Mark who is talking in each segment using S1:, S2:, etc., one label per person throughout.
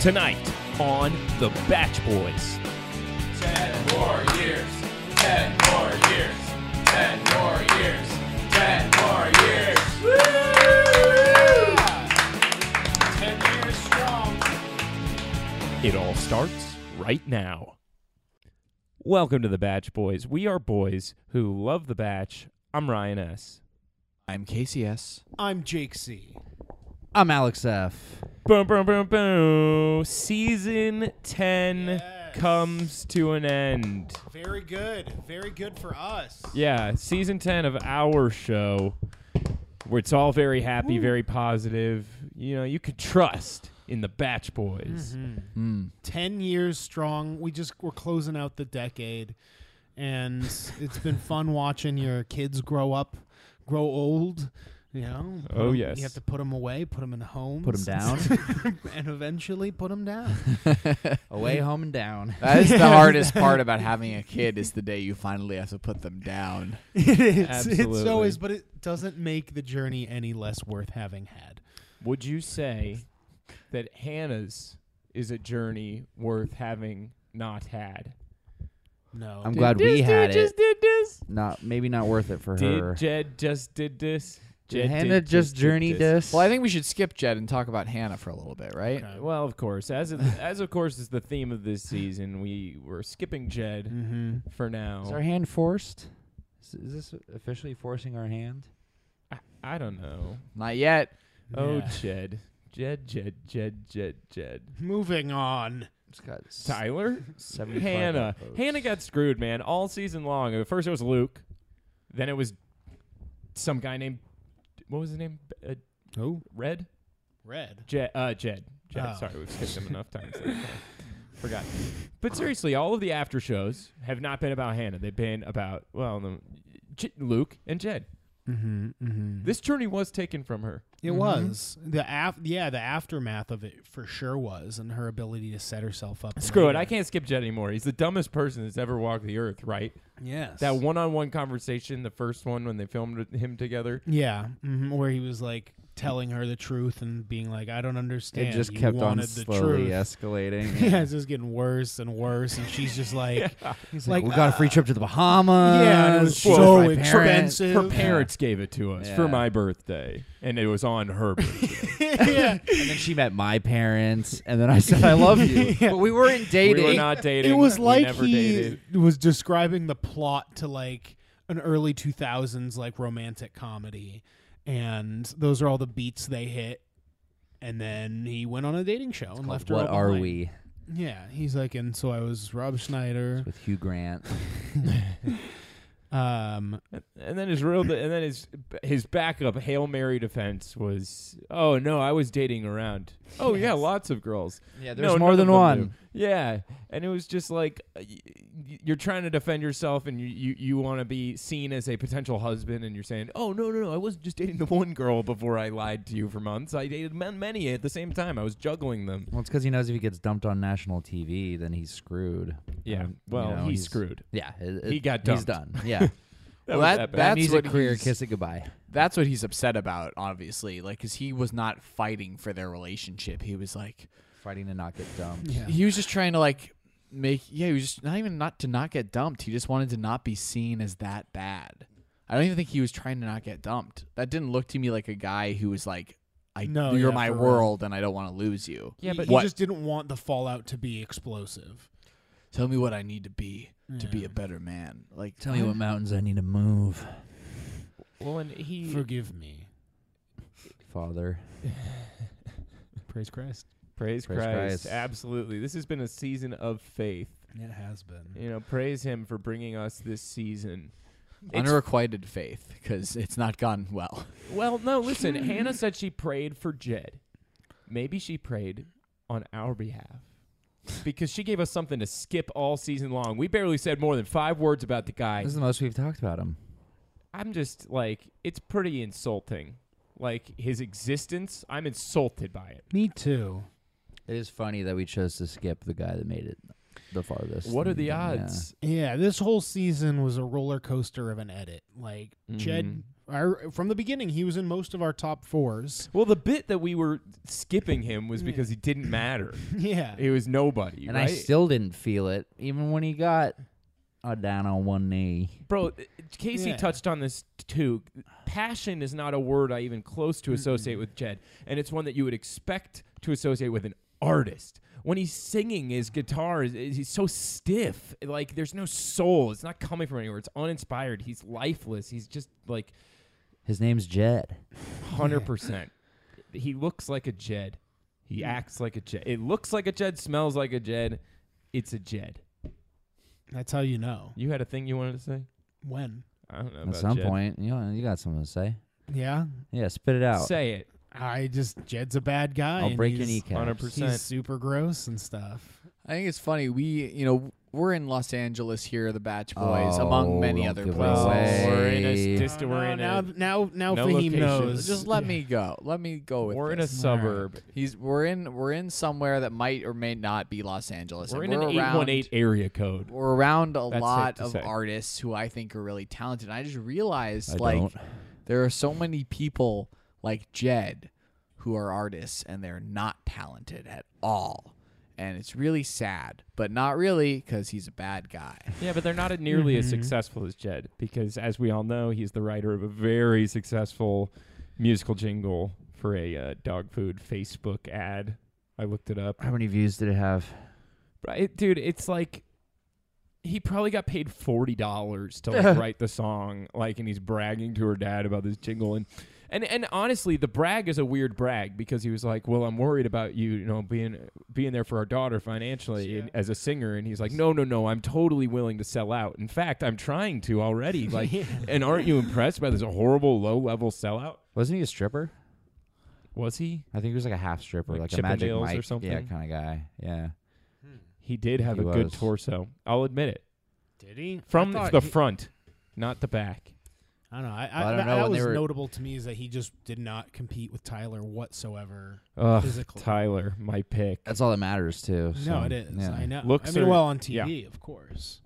S1: tonight on The Batch Boys.
S2: Ten more years. Ten more years. Ten more years. Ten more years. Ten years strong.
S1: It all starts right now. Welcome to The Batch Boys. We are boys who love The Batch. I'm Ryan S.
S3: I'm KCS.
S4: I'm Jake C.
S3: I'm Alex F.
S1: Boom, boom, boom, boom. Season 10 comes to an end.
S4: Very good. Very good for us.
S1: Yeah, season 10 of our show, where it's all very happy, very positive. You know, you could trust in the Batch Boys.
S4: Ten years strong. We just we're closing out the decade, and it's been fun watching your kids grow up, grow old. You know. Put
S1: Oh,
S4: 'em-
S1: yes.
S4: You have to put them away, put them in homes,
S3: Put 'em down.
S4: and eventually put them down.
S3: Away, home, and down.
S5: That is the hardest part about having a kid is the day you finally have to put them down.
S4: it is. It's
S1: Absolutely.
S4: always, but it doesn't make the journey any less worth having had.
S1: Would you say that Hannah's is a journey worth having not had?
S4: No.
S3: I'm glad we had it.
S1: just did this.
S3: Not maybe not worth it for her.
S1: Did Jed just did this?
S3: Did
S1: Jed
S3: Hannah
S1: did
S3: just
S1: did
S3: journeyed us.
S5: Well, I think we should skip Jed and talk about Hannah for a little bit, right?
S4: Okay.
S1: Uh, Well, of course, as of, as of course is the theme of this season, we were skipping Jed
S4: Mm-hmm.
S1: for now.
S3: Is our hand forced? Is, is this officially forcing our hand?
S1: I, I don't know.
S5: Not yet.
S1: Oh, Jed, Jed, Jed, Jed, Jed, Jed.
S4: Moving on.
S3: It's got s-
S1: Tyler,
S3: 75
S1: Hannah,
S3: upvotes.
S1: Hannah got screwed, man, all season long. At first it was Luke, then it was some guy named what was his name? Uh,
S4: Oh,
S1: Red.
S4: red.
S1: Jed. Uh, Jed. Jed.
S4: Oh.
S1: Sorry, we've skipped him enough times. that time. Forgot. But seriously, all of the after shows have not been about Hannah. They've been about well, no, J- Luke and Jed.
S4: Mm-hmm. Mm-hmm.
S1: This journey was taken from her.
S4: It was the af- yeah the aftermath of it for sure was, and her ability to set herself up.
S1: Screw it. I
S4: later.
S1: can't skip Jed anymore. He's the dumbest person that's ever walked the earth. Right.
S4: Yes,
S1: That one-on-one conversation, the first one when they filmed him together.
S4: yeah, hmm where he was like telling her the truth and being like, "I don't understand."
S3: It just
S4: You
S3: kept on
S4: wanted the
S3: slowly
S4: truth.
S3: escalating.
S4: yeah, it's just getting worse and worse, and she's just like,
S3: He's
S4: like, uh,
S3: like, we got a free trip to the Bahamas.
S4: yeah, and it was
S3: Well,
S4: so
S3: my parents."
S4: expensive.
S1: Her parents gave it to us for
S3: Yeah.
S1: my birthday, and it was on her. birthday.
S4: yeah,
S3: And then she met my parents, and then I said, "I love you." But we weren't
S1: we
S3: dating.
S1: were not dating.
S4: it was
S1: We
S4: like
S1: never
S4: he
S1: dated.
S4: was describing the plot to like an early 2000s like romantic comedy and those are all the beats they hit and then he went on a dating show and left her
S3: what
S4: all
S3: are
S4: behind.
S3: we
S4: yeah he's like and so i was rob schneider
S3: with Hugh Grant?
S4: um
S1: And then his real, and then his his backup hail mary defense was, oh no, I was dating around. Oh yeah, lots of girls. No,
S3: Yeah, there's more
S1: none
S3: than
S1: of them
S3: one.
S1: do. Yeah, and it was just like uh, y- y- you're trying to defend yourself, and you you, you want to be seen as a potential husband, and you're saying, oh no no no, I wasn't just dating the one girl before I lied to you for months. I dated man- many at the same time. I was juggling them.
S3: Well, it's because he knows if he gets dumped on national TV, then he's screwed.
S1: Yeah,
S3: Um, you
S1: well
S3: know,
S1: he's
S3: he's-
S1: screwed.
S3: Yeah, it-
S1: He
S3: it-
S1: got
S3: He's
S1: dumped.
S3: done. Yeah,
S1: That
S5: Well,
S1: was
S5: that-
S1: that bad.
S5: that-
S3: that
S5: That's
S3: music
S5: what
S3: career,
S5: he's-
S3: kiss it goodbye.
S5: That's what he's upset about, obviously. Like, because he was not fighting for their relationship. He was like,
S3: Fighting to not get dumped.
S4: yeah
S5: he was just trying to, like, make, yeah, he was just not even not to not get dumped. He just wanted to not be seen as that bad. I don't even think he was trying to not get dumped. That didn't look to me like a guy who was like, I,
S4: No,
S5: you're
S4: yeah,
S5: my
S4: for real.
S5: world and I don't want to lose you.
S4: yeah but
S5: What?
S4: he just didn't want the fallout to be explosive
S5: Tell me what I need to be to be
S4: Yeah.
S5: a better man. Like
S3: Tell me what mountains I need to move,
S1: Well, and he
S4: forgive me
S3: Father.
S4: praise christ
S1: praise,
S3: Praise
S1: Christ.
S3: Christ.
S1: Absolutely, this has been a season of faith.
S4: it has been
S1: You know, praise him for bringing us this season. It's-
S5: unrequited faith because it's not gone well.
S1: well, no, listen. Hannah said she prayed for Jed. Maybe she prayed on our behalf because she gave us something to skip all season long. We barely said more than five words about the guy.
S3: This is the most we've talked about him.
S1: I'm just like, it's pretty insulting. Like his existence, I'm insulted by it.
S4: me too
S3: It is funny that we chose to skip the guy that made it the farthest.
S1: What are the
S3: Yeah.
S1: odds?
S4: Yeah, this whole season was a roller coaster of an edit. Like Jed Our, from the beginning, he was in most of our top fours.
S1: Well, the bit that we were skipping him was because he didn't matter.
S4: Yeah.
S1: He was nobody,
S3: Mm. and
S1: right?
S3: I still didn't feel it, even when he got uh, down on one knee.
S1: Bro, th- Casey
S4: Yeah.
S1: touched on this too. Passion is not a word I even close to associate with Jed, and it's one that you would expect to associate with an artist. When he's singing his guitar, is is- he's so stiff. Like there's no soul. It's not coming from anywhere. It's uninspired. He's lifeless. He's just like
S3: His name's Jed.
S1: hundred percent. He looks like a Jed. He acts like a Jed. It looks like a Jed. Smells like a Jed. It's a Jed.
S4: That's how you know.
S1: You had a thing you wanted to say?
S4: When?
S1: I don't know.
S3: At
S1: about
S3: some
S1: Jed.
S3: point, you know, you got something to say.
S4: Yeah.
S3: Yeah, spit it out.
S1: say it.
S4: I just, Jed's a bad guy.
S3: I'll
S4: and
S3: break your
S4: he's-
S3: kneecap.
S1: 100%.
S4: He's super gross and stuff.
S5: I think it's funny. We, you know, we're in Los Angeles here, the Batch Boys, among
S3: Oh,
S5: many
S3: don't
S5: other
S3: give it
S5: places.
S4: Oh,
S3: away.
S1: we're in a
S3: Hey.
S1: just
S4: No,
S1: we're
S4: no,
S1: in
S4: now,
S1: a
S4: now, now
S1: no
S4: Fahim
S1: location.
S4: knows.
S5: Just let
S4: Yeah.
S5: me go. Let me go with
S1: we're in a
S5: this.
S1: suburb.
S5: He's we're in we're in somewhere that might or may not be Los Angeles.
S1: We're in
S5: and
S1: an eight
S5: around-
S1: one eight area code.
S5: We're around a
S1: safe
S5: lot
S1: to
S5: of
S1: say.
S5: artists who I think are really talented. I just realized
S3: I
S5: like
S3: don't.
S5: there are so many people like Jed who are artists and they're not talented at all. And it's really sad, but not really because he's a bad guy.
S1: Yeah, but they're not nearly as
S3: Mm-hmm.
S1: successful as Jed because, as we all know, he's the writer of a very successful musical jingle for a uh, dog food Facebook ad. I looked it up.
S3: How many views did it have?
S1: But it, dude, it's like he probably got paid forty dollars to like, write the song, like, and he's bragging to her dad about this jingle, and and and honestly, the brag is a weird brag because he was like, "Well, I'm worried about you, you know, being being there for our daughter financially and, as a singer," and he's like, "No, no, no, I'm totally willing to sell out. In fact, I'm trying to already." Like, and aren't you impressed by this horrible low level sellout?
S3: Wasn't he a stripper?
S1: Was he?
S3: I think he was like a half stripper,
S1: Like
S3: like, a magic
S1: Chippendales or
S3: Mike, yeah,
S1: something?
S3: kind of guy. Yeah,
S1: He did have
S3: He
S1: a good
S3: was.
S1: torso. I'll admit it.
S4: Did he?
S1: From
S4: I thought
S1: the
S4: he-
S1: front, not the back.
S4: I don't know. I, I,
S5: I don't
S4: that,
S5: know
S4: that
S5: when they
S4: was
S5: were-
S4: notable to me is that he just did not compete with Tyler whatsoever.
S1: Ugh,
S4: Physically.
S1: Tyler, my pick.
S3: that's all that matters too. so,
S4: no, it is.
S3: Yeah.
S4: I know.
S1: Looks
S4: I mean,
S1: are-
S4: well, on TV, of course.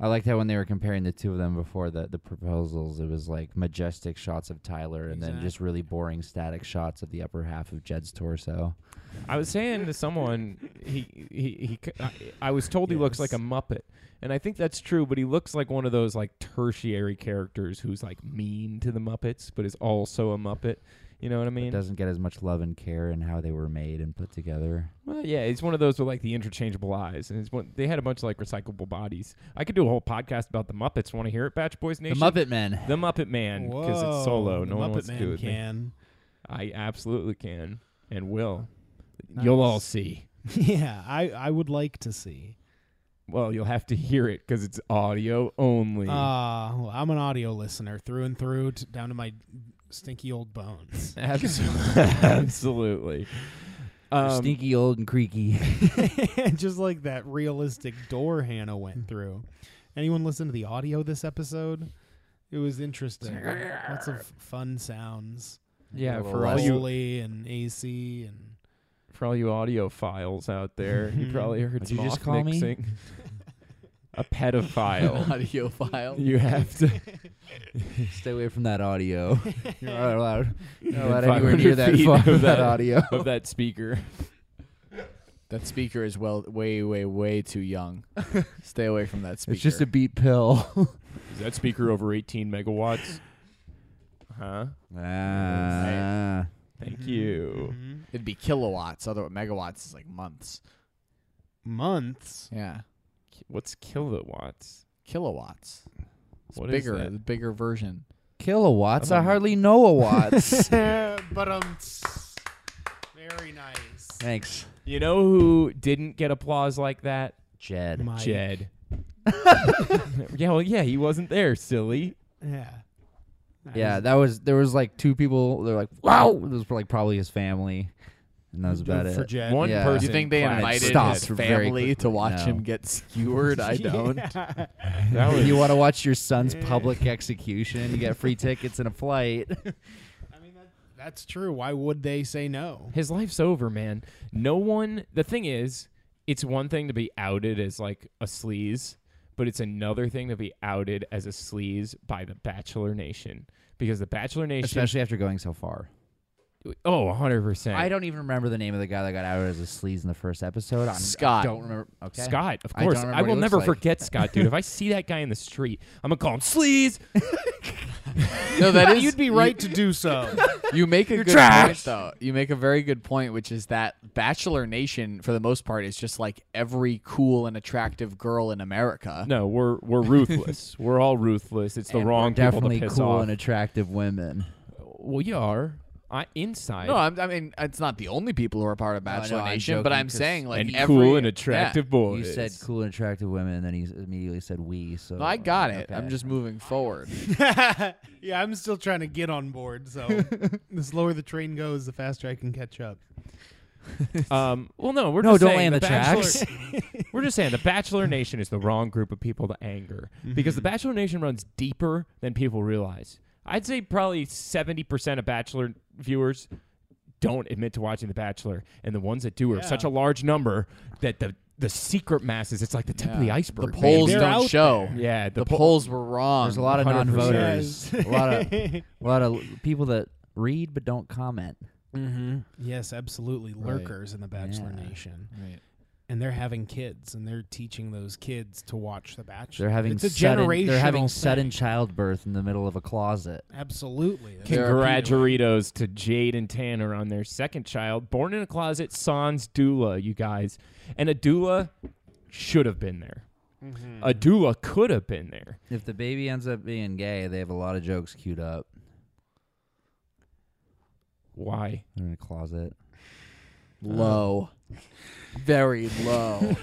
S3: I like that when they were comparing the two of them before the, the proposals, it was like majestic shots of Tyler and then just really boring static shots of the upper half of Jed's torso.
S1: I was saying to someone, he he, he c- I, I was told he looks like a Muppet, and I think that's true. But he looks like one of those like tertiary characters who's like mean to the Muppets, but is also a Muppet. You know what I
S3: It
S1: mean?
S3: doesn't get as much love and care in how they were made and put together.
S1: Well, yeah, he's one of those with like the interchangeable eyes, and it's one, they had a bunch of like recyclable bodies. I could do a whole podcast about the Muppets. Want to hear it, Batch Boys Nation?
S3: The Muppet Men.
S1: the Muppet Man, because it's solo.
S4: Whoa,
S1: No
S4: the
S1: one
S4: Muppet
S1: wants
S4: Man
S1: to do it. with me.
S4: can.
S1: I absolutely can and will. You'll all see.
S4: Yeah, I, I would like to see.
S1: Well, you'll have to hear it because it's audio only.
S4: Uh, well, I'm an audio listener through and through, t- down to my stinky old bones.
S1: absolutely. absolutely. Um,
S3: Stinky, old, and creaky.
S4: Just like that realistic door Hannah went through. Anyone listen to the audio this episode? It was interesting. Lots of fun sounds.
S1: yeah,
S5: Little
S1: for all
S5: rusty.
S1: you
S4: Foley and AC and
S1: for all you audio files out there, you probably heard
S3: What'd
S1: some
S3: Mm-hmm. you just
S1: off
S3: call me?
S1: mixing. A pedophile.
S5: Audio file.
S1: you have to
S3: Stay away from that audio. You're not allowed, you're not allowed
S1: Within 500
S3: anywhere near that
S1: feet
S3: far
S1: of
S3: of
S1: that-
S3: that audio.
S1: of that speaker.
S5: That speaker is well way way way too young. Stay away from that speaker.
S3: It's just a beat pill.
S1: Is that speaker over 18 megawatts? Huh?
S3: ah.
S1: Thank
S4: Mm-hmm.
S3: Mm-hmm.
S1: you.
S5: It'd be kilowatts. Other megawatts is like months.
S4: months.
S5: Yeah,
S1: What's kilowatts?
S5: kilowatts. It's
S1: What is
S5: bigger.
S1: that?
S5: The bigger version.
S3: Kilowatts? I
S1: Um,
S3: hardly know a watts.
S4: but um, very nice.
S3: Thanks,
S1: You know who didn't get applause like that?
S3: Jed.
S4: Mike.
S1: Jed. yeah, well, yeah, he wasn't there, silly.
S4: Yeah.
S3: Yeah, that was there was like two people. They're like, wow. It was like probably his family, and that was about
S4: for
S3: it.
S4: Jed.
S1: One
S3: Yeah.
S1: person.
S5: You think they
S1: clapped.
S5: invited
S3: Stop
S5: his
S3: very
S5: family to
S3: quickly.
S5: watch
S3: No.
S5: him get skewered? I don't.
S4: Yeah.
S1: That was
S3: you want to watch your son's public execution? You get free tickets and a flight.
S4: I mean, that, that's true. Why would they say no?
S1: His life's over, man. No one. The thing is, it's one thing to be outed as like a sleaze, but it's another thing to be outed as a sleaze by the Bachelor Nation because the Bachelor Nation.
S3: especially after going so far.
S1: oh, 100 percent.
S3: I don't even remember the name of the guy that got outed as a sleaze in the first episode. I'm,
S5: Scott.
S3: I don't remember. Okay.
S1: Scott, of
S3: I don't
S1: course. I,
S3: remember what he
S1: will
S3: looks
S1: never
S3: like.
S1: forget Scott, dude. if I see that guy in the street, I'm gonna call him sleaze.
S5: No, that is
S4: You'd be right to do so.
S5: You make a good
S1: trash.
S5: point though. You make a very good point, which is that Bachelor Nation, for the most part, is just like every cool and attractive girl in America.
S1: No, we're we're ruthless. we're all ruthless. It's the
S3: And
S1: wrong
S3: we're definitely
S1: people to piss
S3: cool
S1: off.
S3: and attractive women.
S1: we are. I, inside.
S5: No, I'm, I mean it's not the only people who are part of
S3: I know,
S5: Bachelor
S3: I'm
S5: Nation, but
S3: joking,
S5: I'm
S3: 'cause-
S5: saying like
S1: and
S5: every
S1: cool and
S5: yeah.
S1: attractive
S3: You
S1: boys.
S3: said cool and attractive women, and then he s- immediately said we. So
S5: No, I got it.
S3: okay.
S5: I'm just moving forward.
S4: yeah, I'm still trying to get on board. So the slower the train goes, the faster I can catch up.
S1: Um, well, no, we're
S3: No,
S1: just
S3: don't
S1: saying
S3: land the
S1: Bachelor-
S3: tracks.
S1: we're just saying the Bachelor Nation is the wrong group of people to anger
S3: Mm-hmm.
S1: because the Bachelor Nation runs deeper than people realize. I'd say probably seventy percent of Bachelor viewers don't admit to watching The Bachelor, and the ones that do are
S4: Yeah.
S1: such a large number that the the secret masses, it's like the tip of the
S5: Yeah.
S1: iceberg.
S5: The polls
S1: baby.
S4: They're
S5: don't
S4: out
S5: show.
S1: yeah,
S5: The,
S1: the, poll-
S5: polls were wrong.
S3: There's a lot of
S1: 100%.
S3: non-voters.
S4: Yes.
S3: a lot of a lot of people that read but don't comment.
S4: Mm-hmm. Yes, absolutely. Lurkers in the Bachelor
S3: Yeah.
S4: Nation, and they're having kids, and they're teaching those kids to watch The Bachelor.
S3: They're having
S4: it's a
S3: sudden,
S4: generational.
S3: they're having
S4: thing.
S3: sudden childbirth in the middle of a closet.
S4: Absolutely.
S5: There are
S1: Congraturitos to Jade and Tanner on their second child, born in a closet, sans doula, you guys. And a doula should have been there.
S5: Mm-hmm.
S1: A doula could have been there.
S3: If the baby ends up being gay, they have a lot of jokes queued up.
S1: Why?
S3: They're in a closet.
S5: Low. Very low.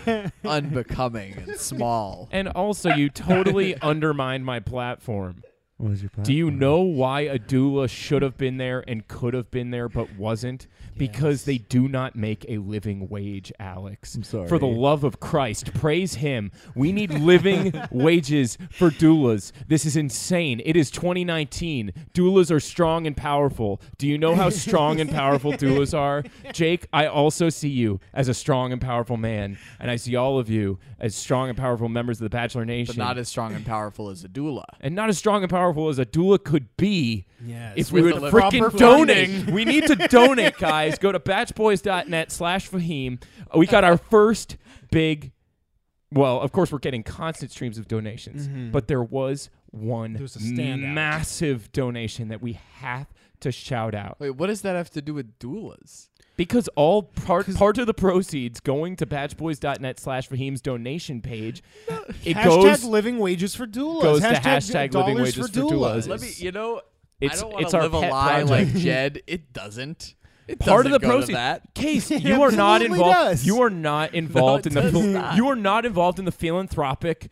S5: Unbecoming and small.
S1: And also, you totally undermined my platform.
S3: What was your plan?
S1: Do you know why a doula should have been there and could have been there but wasn't? Because they do not make a living wage, Alex.
S3: I'm sorry.
S1: For the love of Christ, praise Him. We need living wages for doulas. This is insane. It is 2019. Doulas are strong and powerful. Do you know how strong and powerful doulas are? Jake, I also see you as a strong and powerful man, and I see all of you as strong and powerful members of the Bachelor Nation.
S5: But not as strong and powerful as a doula.
S1: and not as strong and powerful as a doula could be
S4: Yes.
S1: if we
S5: with
S1: would
S5: the
S1: freaking
S4: proper
S1: donate. we need to donate, guys. Go to batchboys.net slash Fahim. We got our first big, well, of course, we're getting constant streams of donations, but there was one
S4: Mm-hmm. was a standout.
S1: massive donation that we have to shout out
S5: Wait, what does that have to do with doulas?
S1: because all part part of the proceeds going to batchboys.net slash Fahim's donation page. It
S4: hashtag
S1: goes
S4: living wages for doulas.
S1: goes to
S4: hashtag,
S1: hashtag living
S4: dollars
S1: wages
S4: for
S1: for doulas.
S4: doulas.
S5: Let me, you know,
S1: It's-
S5: I don't want
S1: it's
S5: to
S1: our
S5: live a
S1: pet
S5: lie
S1: project.
S5: like Jed. It doesn't. It
S1: part of
S5: doesn't
S1: the
S5: go to
S1: proceeds.
S5: that.
S1: Case,
S4: It
S1: you are not
S4: absolutely
S1: involved.
S4: does.
S1: You are not involved
S5: it
S1: in the.
S5: does
S1: phil-
S5: not.
S1: You are not involved in the philanthropic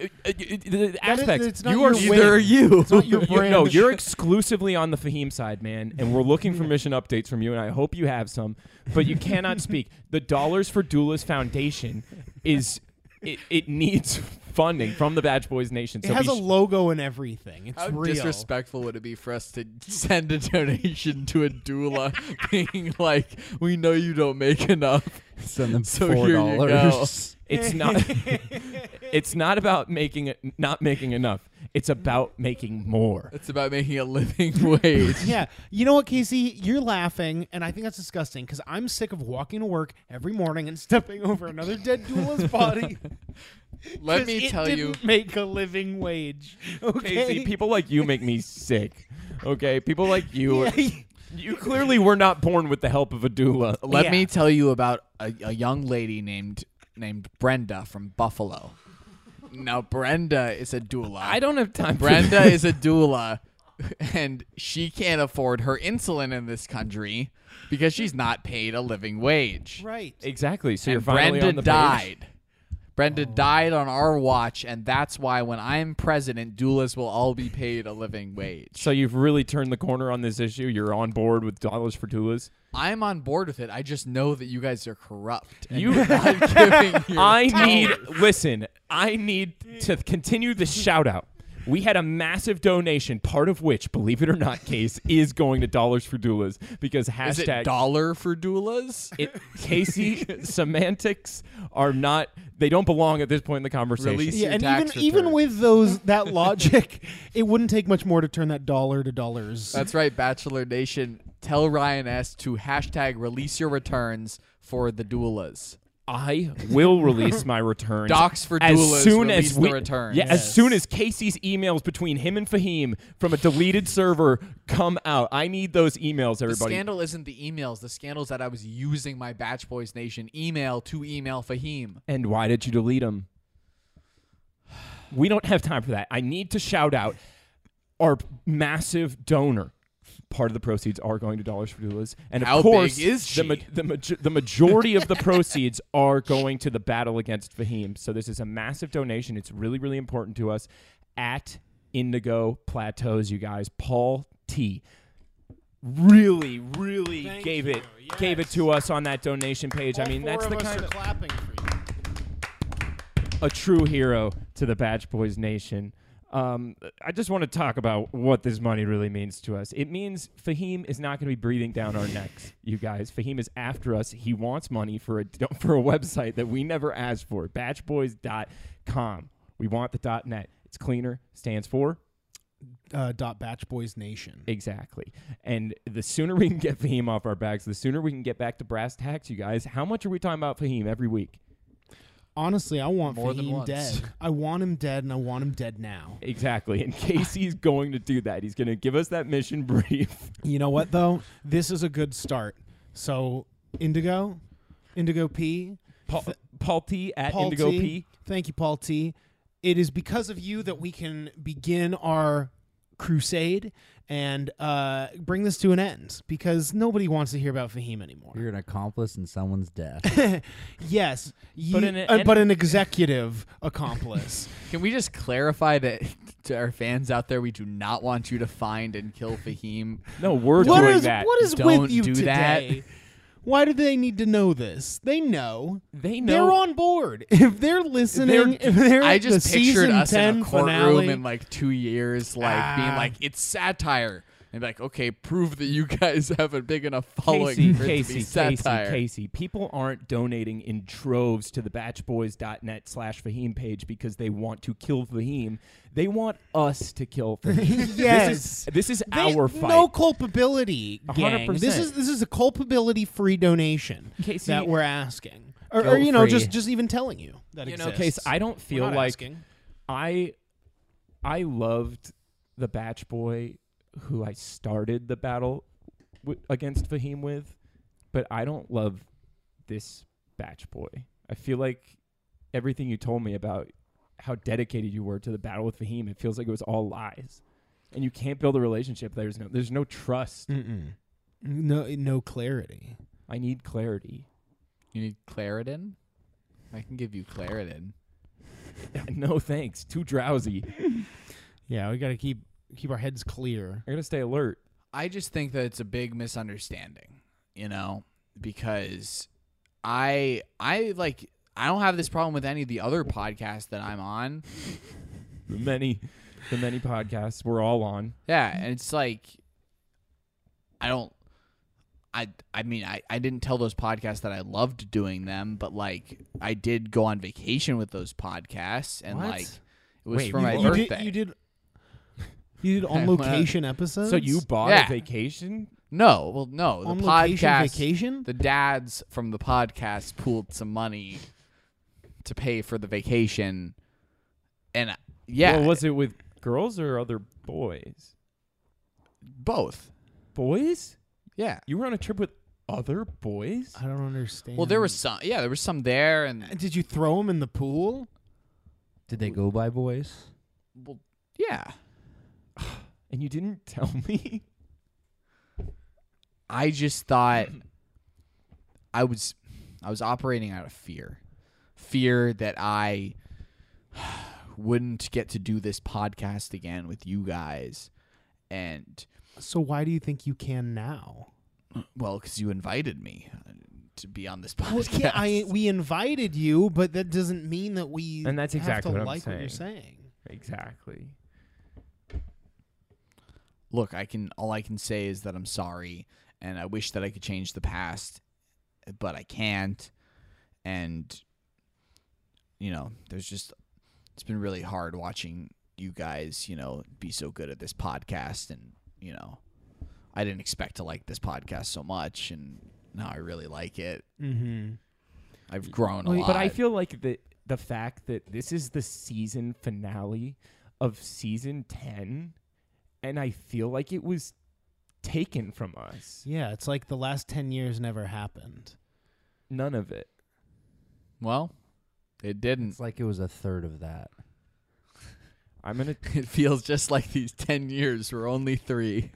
S1: uh, uh, uh, aspects.
S4: it's not
S1: you are
S4: your
S1: either-
S4: wing. Neither are
S5: you.
S4: It's not your
S1: you- no,
S4: brand.
S1: you're exclusively on the Fahim side, man, and we're looking for mission updates from you, and I hope you have some, but you cannot speak. The Dollars for Doulas Foundation is it, it needs funding from the Badge Boys Nation. So
S4: it has
S1: be
S4: a
S1: sh-
S4: logo and everything. It's
S5: How
S4: real.
S5: disrespectful would it be for us to send a donation to a doula, being like, "We know you don't make enough,
S3: Send them
S5: So
S3: four
S5: here you go.
S3: dollars.
S1: it's not it's not about making it not making enough. It's about making more.
S5: it's about making a living wage."
S4: Yeah, you know what, Casey? You're laughing, and I think that's disgusting because I'm sick of walking to work every morning and stepping over another dead doula's body.
S5: Let
S4: 'Cause
S5: me
S4: it
S5: tell you,
S4: didn't make a living wage. Okay,
S1: Casey, people like you make me sick. Okay, people like you, are-
S4: Yeah.
S1: you clearly were not born with the help of a doula.
S5: let
S4: Yeah.
S5: me tell you about a, a young lady named named Brenda from Buffalo. Now Brenda is a doula.
S1: I don't have time. for
S5: Brenda
S1: that.
S5: is a doula, and she can't afford her insulin in this country because she's not paid a living wage.
S4: right?
S1: exactly. So you're
S5: And
S1: finally
S5: Brenda
S1: on the page. Oh.
S5: died. Brenda died on our watch, and that's why when I'm president, doulas will all be paid a living wage.
S1: So you've really turned the corner on this issue. You're on board with dollars for doulas.
S5: I'm on board with it. I just know that you guys are corrupt. And
S1: You-
S5: you're not giving your
S1: I need listen. I need to continue the shout out. We had a massive donation, part of which, believe it or not, case is going to dollars for doulas because hashtag
S5: Is it dollar for doulas?
S1: it Casey semantics are not they don't belong at this point in the conversation.
S5: Release
S4: Yeah,
S5: your
S4: and even
S5: tax
S4: even
S5: return.
S4: with those that logic, it wouldn't take much more to turn that dollar to dollars.
S5: That's right, Bachelor Nation. Tell Ryan S to hashtag release your returns for the doulas.
S1: I will release my return.
S5: Docs for
S1: as
S5: doulas
S1: soon
S5: release
S1: as
S5: the
S1: we,
S5: returns.
S1: Yeah, as soon as Casey's emails between him and Fahim from a deleted server come out, I need those emails,
S5: The
S1: everybody.
S5: scandal isn't the emails. The scandal is that I was using my Batch Boys Nation email to email Fahim.
S1: and why did you delete them? We don't have time for that. I need to shout out our massive donor. Part of the proceeds are going to Dollars for Doulas, and
S5: How
S1: of course,
S5: big is
S1: the, ma-
S5: she?
S1: the, maj- the majority of the proceeds are going to the battle against Fahim. So this is a massive donation. It's really, really important to us. At Indigo Plateaus, you guys, Paul T. Really, really gave it gave it to us on that donation page. I mean, that's the kind of
S4: clapping for you.
S1: a true hero to the Batch Boys Nation. Um, I just want to talk about what this money really means to us. It means Fahim is not going to be breathing down our necks, you guys. Fahim is after us. He wants money for a for a website that we never asked for, batchboys.com. We want the .net. It's cleaner, stands for
S4: Uh, dot Batch Boys Nation.
S1: Exactly. And the sooner we can get Fahim off our backs, the sooner we can get back to brass tacks, you guys. How much are we talking about Fahim every week?
S4: Honestly, I want
S5: More than
S4: Fahim
S5: once.
S4: dead. I want him dead, and I want him dead now.
S1: Exactly. And Casey's going to do that. He's going to give us that mission brief.
S4: You know what though? This is a good start. So Indigo, Indigo P,
S1: Paul, Paul T at
S4: Paul
S1: Indigo
S4: T.
S1: P.
S4: Thank you, Paul T. It is because of you that we can begin our crusade and uh, bring this to an end because nobody wants to hear about Fahim anymore.
S3: You're an accomplice in someone's death.
S4: Yes, you,
S1: But an-
S4: uh, but an executive accomplice.
S5: Can we just clarify that to our fans out there, we do not want you to find and kill Fahim.
S1: No, we're
S4: What
S1: doing
S4: is
S1: that.
S4: what is
S5: Don't
S4: with you
S5: do that.
S4: today? Why do they need to know this? They know.
S1: They
S4: They're
S1: know.
S4: on board. If they're listening, if they're
S5: I
S4: at
S5: just
S4: the
S5: pictured
S4: season
S5: us
S4: 10
S5: in a courtroom
S4: finale,
S5: in like two years, like being
S4: Ah.
S5: like, it's satire. And be like, okay, prove that you guys have a big enough following
S1: Casey,
S5: for it to be
S1: Casey, Casey,
S5: satire.
S1: Casey. People aren't donating in troves to the batchboys.net slash Fahim page because they want to kill Fahim. They want us to kill Fahim.
S4: Yes.
S1: This is, this is
S4: They-
S1: our fight.
S4: No culpability,
S1: A hundred
S4: gang. This
S1: percent.
S4: is this is a culpability-free donation
S1: Casey-
S4: that we're asking, or,
S3: Guilt
S4: or you know,
S3: free.
S4: just just even telling you that
S1: you know, Case,
S4: exists.
S1: I don't
S4: We're
S1: feel
S4: not
S1: like
S4: asking.
S1: I I loved the Batch Boy who I started the battle w- against Fahim with, but I don't love this Batch Boy. I feel like everything you told me about how dedicated you were to the battle with Fahim, it feels like it was all lies. And you can't build a relationship. There's no there's no trust.
S4: Mm-mm. no no clarity.
S1: I need clarity.
S5: You need Claritin? I can give you Claritin.
S1: no thanks. Too drowsy.
S4: Yeah, we got to keep keep our heads clear.
S1: I gotta stay alert.
S5: I just think that it's a big misunderstanding, you know, because I I like I don't have this problem with any of the other podcasts that I'm on.
S1: The many the many podcasts we're all on.
S5: Yeah, and it's like I don't I I mean I, I didn't tell those podcasts that I loved doing them, but like I did go on vacation with those podcasts and
S1: What?
S5: like it was
S1: Wait,
S5: for
S1: you-
S5: my
S1: you
S4: you
S5: birthday.
S4: did you did you did
S5: I
S4: on
S5: went-
S4: location episodes.
S1: So you bought
S5: Yeah.
S1: a vacation?
S5: no, well no, the
S4: on location
S5: podcast
S4: vacation?
S5: the dads from the podcast pooled some money to pay for the vacation and uh, yeah,
S1: Well, was it with girls or other boys?
S5: both.
S1: Boys?
S5: Yeah.
S1: You were on a trip with other boys?
S4: I don't understand.
S5: Well, there was some yeah, there was some there and
S4: Did you throw him in the pool?
S3: Did they go by boys?
S5: well, yeah.
S1: And you didn't tell me?
S5: I just thought I was I was operating out of fear. Fear that I wouldn't get to do this podcast again with you guys and
S4: So why do you think you can now?
S5: well cuz you invited me uh, to be on this
S4: Well,
S5: podcast.
S4: yeah, I, we invited you, but that doesn't mean that we
S1: And that's exactly
S4: have to
S1: what I'm
S4: like what you're saying.
S1: Exactly.
S5: Look, I can all I can say is that I'm sorry and I wish that I could change the past, but I can't and you know, there's just it's been really hard watching you guys, you know, be so good at this podcast and, you know, I didn't expect to like this podcast so much and now I really like it.
S4: Mm-hmm.
S5: I've grown a lot.
S1: But I feel like the the fact that this is the season finale of season ten, and I feel like it was taken from us.
S4: Yeah, it's like the last 10 years never happened.
S1: None of it.
S5: well, it didn't.
S3: It's like it was a third of that.
S1: I'm gonna.
S5: It feels just like these 10 years were only 3.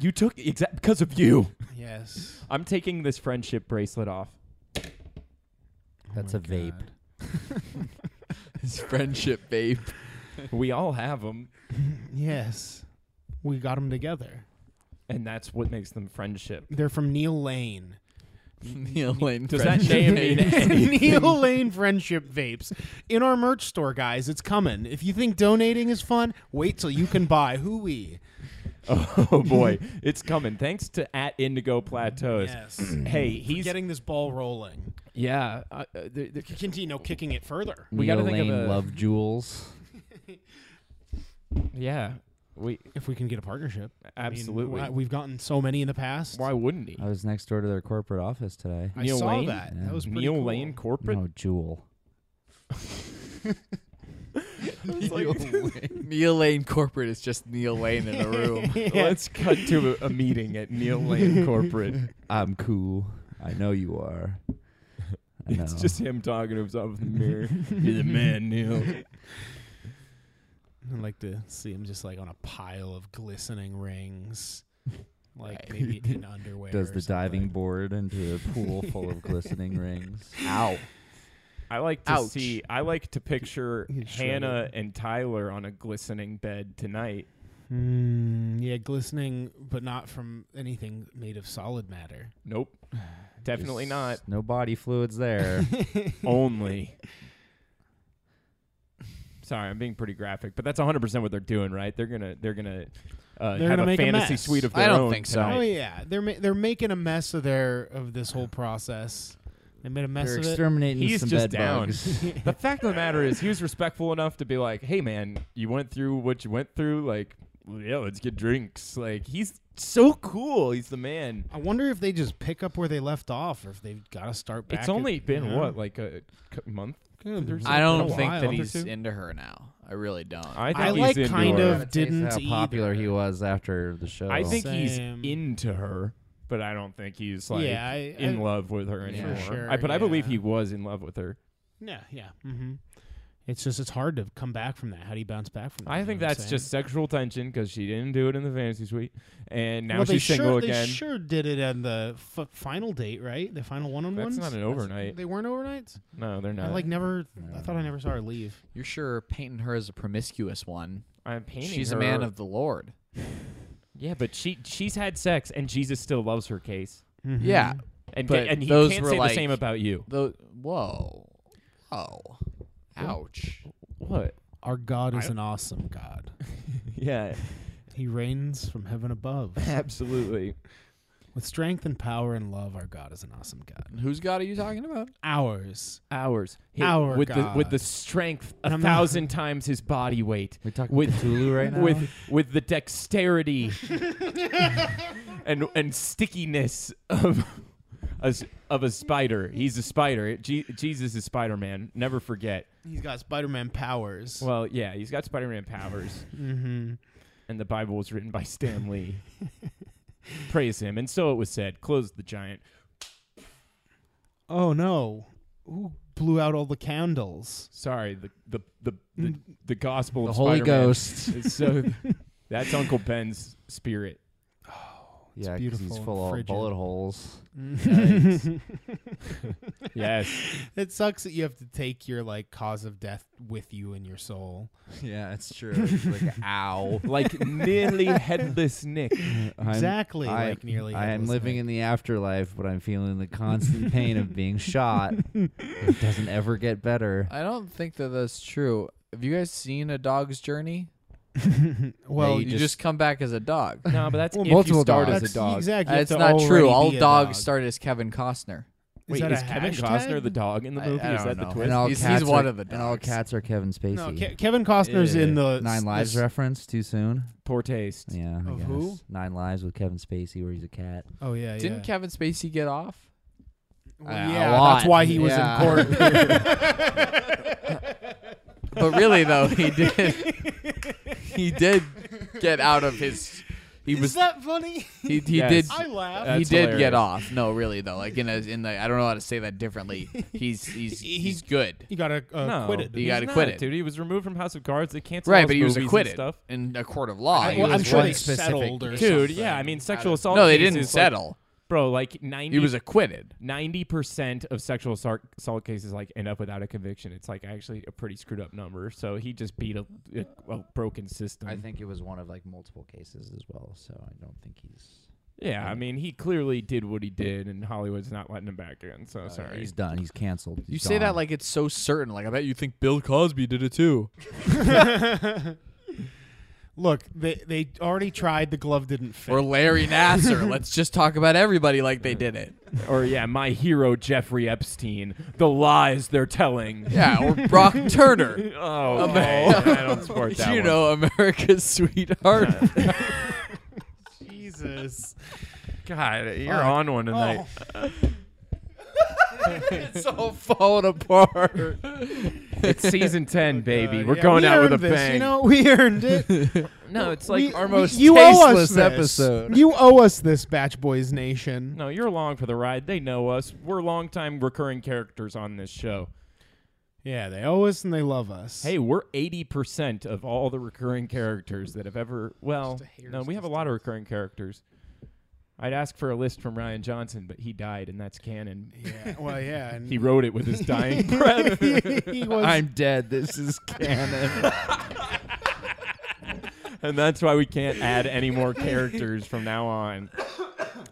S1: You took exact because of you.
S4: Yes.
S1: I'm taking this friendship bracelet off.
S3: That's a vape.
S5: It's friendship babe.
S1: we all have them,
S4: Yes. We got them together.
S1: and that's what makes them friendship.
S4: They're from Neil Lane.
S5: Neil Lane
S1: Does that
S5: friendship
S1: name mean
S5: babe.
S4: Neil Lane friendship vapes in our merch store, guys. It's coming. If you think donating is fun, wait till you can buy Hooey.
S1: Oh boy, it's coming. Thanks to at Indigo Plateaus.
S4: Yes.
S1: Hey, he's
S4: Getting this ball rolling.
S1: Mm-hmm. yeah. Uh, uh, there- there-
S4: Continue kicking it further.
S1: We
S3: Neil
S1: gotta think of
S3: Lane
S1: a-
S3: love jewels.
S1: yeah. We
S4: If we can get a partnership, I mean,
S1: absolutely.
S4: why- we've gotten so many in the past.
S1: why wouldn't he?
S3: I was next door to their corporate office today.
S4: I
S1: Neil
S4: saw
S1: Lane?
S4: that. That was pretty
S1: Neil
S4: cool.
S1: Lane Corporate.
S3: No, jewel.
S5: Neil Lane. Neil Lane corporate is just Neil Lane in a room.
S1: Let's cut to a, a meeting at Neil Lane Corporate.
S3: I'm cool. I know you are. I
S1: It's
S3: know.
S1: just him talking to himself in the mirror. You're the man, Neil.
S4: I'd like to see him just like on a pile of glistening rings, like
S5: Right.
S4: maybe in underwear.
S3: does
S4: or
S3: the diving
S4: something.
S3: board into a pool full of glistening rings.
S5: Ow.
S1: I like to
S5: Ouch.
S1: see. I like to picture
S4: He's shredded.
S1: Hannah and Tyler on a glistening bed tonight.
S4: Mm, yeah, glistening, but not from anything made of solid matter.
S1: Nope, definitely not.
S3: Just No body fluids there.
S1: Only. Sorry, I'm being pretty graphic, but that's 100 percent what they're doing, right? They're gonna they're gonna uh,
S4: They're
S1: have
S4: gonna
S1: a
S4: make a
S1: fantasy
S4: mess.
S1: suite of
S5: I
S1: their
S5: don't
S1: own
S5: think so.
S1: tonight.
S4: Oh yeah, they're ma- they're making a mess of their of this whole process. They made a mess
S3: They're
S4: of it.
S3: exterminating
S1: He's
S3: some
S1: just
S3: bed
S1: down.
S3: bugs.
S1: the fact of the matter is, he was respectful enough to be like, "Hey, man, you went through what you went through. Like, yeah, let's get drinks." Like, he's so cool. He's the man.
S4: I wonder if they just pick up where they left off, or if they've got to start back.
S1: it's only
S4: at,
S1: been
S4: you know?
S1: what, like a c- month?
S4: Good.
S5: I
S1: It's
S5: don't
S1: been a
S5: think
S1: while.
S5: that
S1: Month or
S5: he's
S1: two?
S5: into her now. I really don't.
S1: I think
S4: I
S1: he's
S4: like
S1: into
S4: kind
S1: her.
S4: of didn't
S3: how popular he
S4: either.
S3: was after the show.
S1: I think he's
S4: Same.
S1: into her, but I don't think he's like
S4: yeah, I,
S1: in
S4: I-
S1: love with her
S5: For
S1: anymore.
S4: sure,
S1: I, but I believe
S4: yeah.
S1: he was in love with her.
S4: Yeah, yeah. Mm-hmm. It's just it's hard to come back from that. How do you bounce back from that?
S1: I
S4: You
S1: think
S4: know what I'm
S1: that's
S4: saying?
S1: just sexual tension because she didn't do it in the fantasy suite, and now
S4: well, they
S1: she's single
S4: sure,
S1: again.
S4: They sure did it on the f- final date, right? The final one on ones.
S1: That's not an overnight.
S4: They weren't overnights.
S1: no, they're
S4: I
S1: not.
S4: like never. I
S3: No.
S4: thought I never saw her leave.
S5: You're sure painting her as a promiscuous one.
S1: I'm painting.
S5: She's a man
S1: her-
S5: of the Lord.
S1: Yeah, but she she's had sex, and Jesus still loves her case.
S4: Mm-hmm.
S5: Yeah.
S1: And
S5: But
S1: and he
S5: those
S1: can't
S5: were
S1: say
S5: like-
S1: the same about you.
S5: The whoa. Whoa. Ouch.
S1: What?
S4: Our God
S1: I-
S4: is an awesome God.
S1: Yeah,
S4: He reigns from heaven above.
S1: absolutely.
S4: With strength and power and love, our God is an awesome God.
S5: Whose god are you talking about?
S4: Ours.
S1: Hours.
S4: Our
S1: with the with
S4: God.
S1: the strength a
S4: And I'm not-
S1: thousand times his body weight.
S3: we talking
S1: with-
S3: Cthulhu right now.
S1: with with the dexterity and and stickiness of a, s- of a spider. He's a spider. Je- Jesus is Spider Man. Never forget.
S4: He's got Spider Man powers.
S1: Well, yeah, he's got Spider Man powers,
S4: mm-hmm.
S1: and the Bible was written by Stan Lee. Praise him. And so it was said. Close the giant.
S4: Oh no. Who blew out all the candles?
S1: Sorry, the the the the, the gospel
S3: the
S1: of
S3: Holy
S1: Spider-Man.
S3: Ghost.
S1: It's so that's Uncle Ben's spirit.
S3: yeah, 'cause
S4: beautiful
S3: he's
S4: and
S3: full of
S4: frigid.
S3: bullet holes.
S1: Yes.
S4: It sucks that you have to take your like cause of death with you in your soul.
S3: Yeah, that's true. It's like, ow.
S1: like nearly headless Nick.
S3: I'm-
S4: exactly.
S3: I-
S4: like nearly.
S3: I am
S4: headless
S3: living
S4: Nick.
S3: in the afterlife, but I'm feeling the constant pain of being shot. It doesn't ever get better.
S5: I don't think that that's true. Have you guys seen a dog's journey?
S4: well,
S5: you just, come back as a dog.
S1: No, but that's
S3: Well,
S1: if you
S3: multiple
S1: start
S3: dogs.
S1: as
S3: That's
S1: a dog.
S4: Exactly. you have
S5: That's
S4: to
S5: not true.
S4: already
S5: All
S4: be a
S5: dogs
S4: dog.
S5: start as Kevin Costner.
S1: Wait,
S4: that
S1: is
S4: a
S1: Kevin
S4: hashtag?
S1: Costner the dog in the
S5: I-
S1: movie?
S5: I
S1: is
S5: don't
S1: that the
S5: know.
S1: twist?
S3: And all
S5: He's- he's
S3: cats
S5: one
S3: are,
S5: of the
S3: And all
S5: dogs.
S3: cats are Kevin Spacey.
S4: No, Ke- Kevin Costner's in the
S3: Nine Lives
S4: the-
S3: reference too soon.
S1: Poor taste.
S3: Yeah, I
S4: Of
S3: guess.
S4: who?
S3: Nine Lives with Kevin Spacey, where he's a cat.
S4: Oh yeah,
S5: Didn't
S4: yeah.
S5: Kevin Spacey get off?
S4: Well,
S3: Uh, a
S4: yeah, that's
S3: lot.
S4: why he was
S5: Yeah.
S4: in court.
S5: But really though, he did. he did get out of his. He was.
S4: that funny?
S5: He, he
S1: Yes.
S5: did.
S1: I
S4: laughed.
S5: he
S1: That's
S5: did get
S1: hilarious.
S5: off. No, really though. Like in a, in the I don't know how to say that differently. He's he's
S4: He-
S5: he's good.
S4: You got uh,
S1: No,
S4: acquitted.
S5: He got
S1: he's not,
S5: acquitted.
S1: dude. He was removed from House of Cards. They canceled
S5: Right,
S1: all
S5: but
S1: his
S5: he was
S1: movies and
S5: acquitted
S1: stuff.
S5: in a court of law.
S4: I,
S5: He
S4: well,
S5: was
S4: I'm sure
S5: one-
S4: they
S3: specific-
S4: settled or
S1: Dude,
S4: something.
S1: yeah, I mean, sexual
S4: don't-
S1: assault.
S5: no, they
S1: cases,
S5: didn't
S1: like-
S5: settle.
S1: bro, like ninety.
S5: he was acquitted.
S1: ninety percent of sexual assault, assault cases like end up without a conviction. It's like actually a pretty screwed up number. So he just beat a, a, a broken system.
S3: I think it was one of like multiple cases as well, so I don't think he's
S1: Yeah, I mean, he clearly did what he did, and Hollywood's not letting him back in. So sorry.
S3: he's done. He's canceled.
S5: You say that like it's so certain. Like I bet you think Bill Cosby did it too.
S4: Look, they they already tried. The glove didn't fit.
S5: Or Larry Nasser. Let's just talk about everybody like they did it.
S1: or yeah, my hero Jeffrey Epstein, the lies they're telling.
S5: Yeah, or Brock Turner.
S1: Oh, okay. I don't support that.
S5: you
S1: one.
S5: know, America's sweetheart.
S4: Jesus.
S1: God, you're
S4: Oh.
S1: on one tonight.
S5: it's all falling apart.
S1: It's season ten, baby.
S4: Uh,
S1: We're
S4: yeah,
S1: going
S4: we
S1: out with a
S4: earned this,
S1: bang.
S4: You know, we earned it.
S1: no, it's like
S4: We-
S1: our
S4: we-
S1: most.
S4: you owe us
S3: tasteless
S4: this.
S3: episode.
S4: You owe us this, Batch Boys Nation.
S1: no, you're along for the ride. They know us. We're longtime recurring characters on this show.
S4: Yeah, they owe us and they love us.
S1: Hey, we're eighty percent of all the recurring characters that have ever. Well,
S4: Just a hair's
S1: no, we have a lot of recurring characters. I'd ask for a list from Ryan Johnson, but he died, and that's canon.
S4: Yeah, well, yeah. And
S1: He wrote it with his dying breath.
S4: he was.
S3: I'm dead. This is canon.
S1: And that's why we can't add any more characters from now on.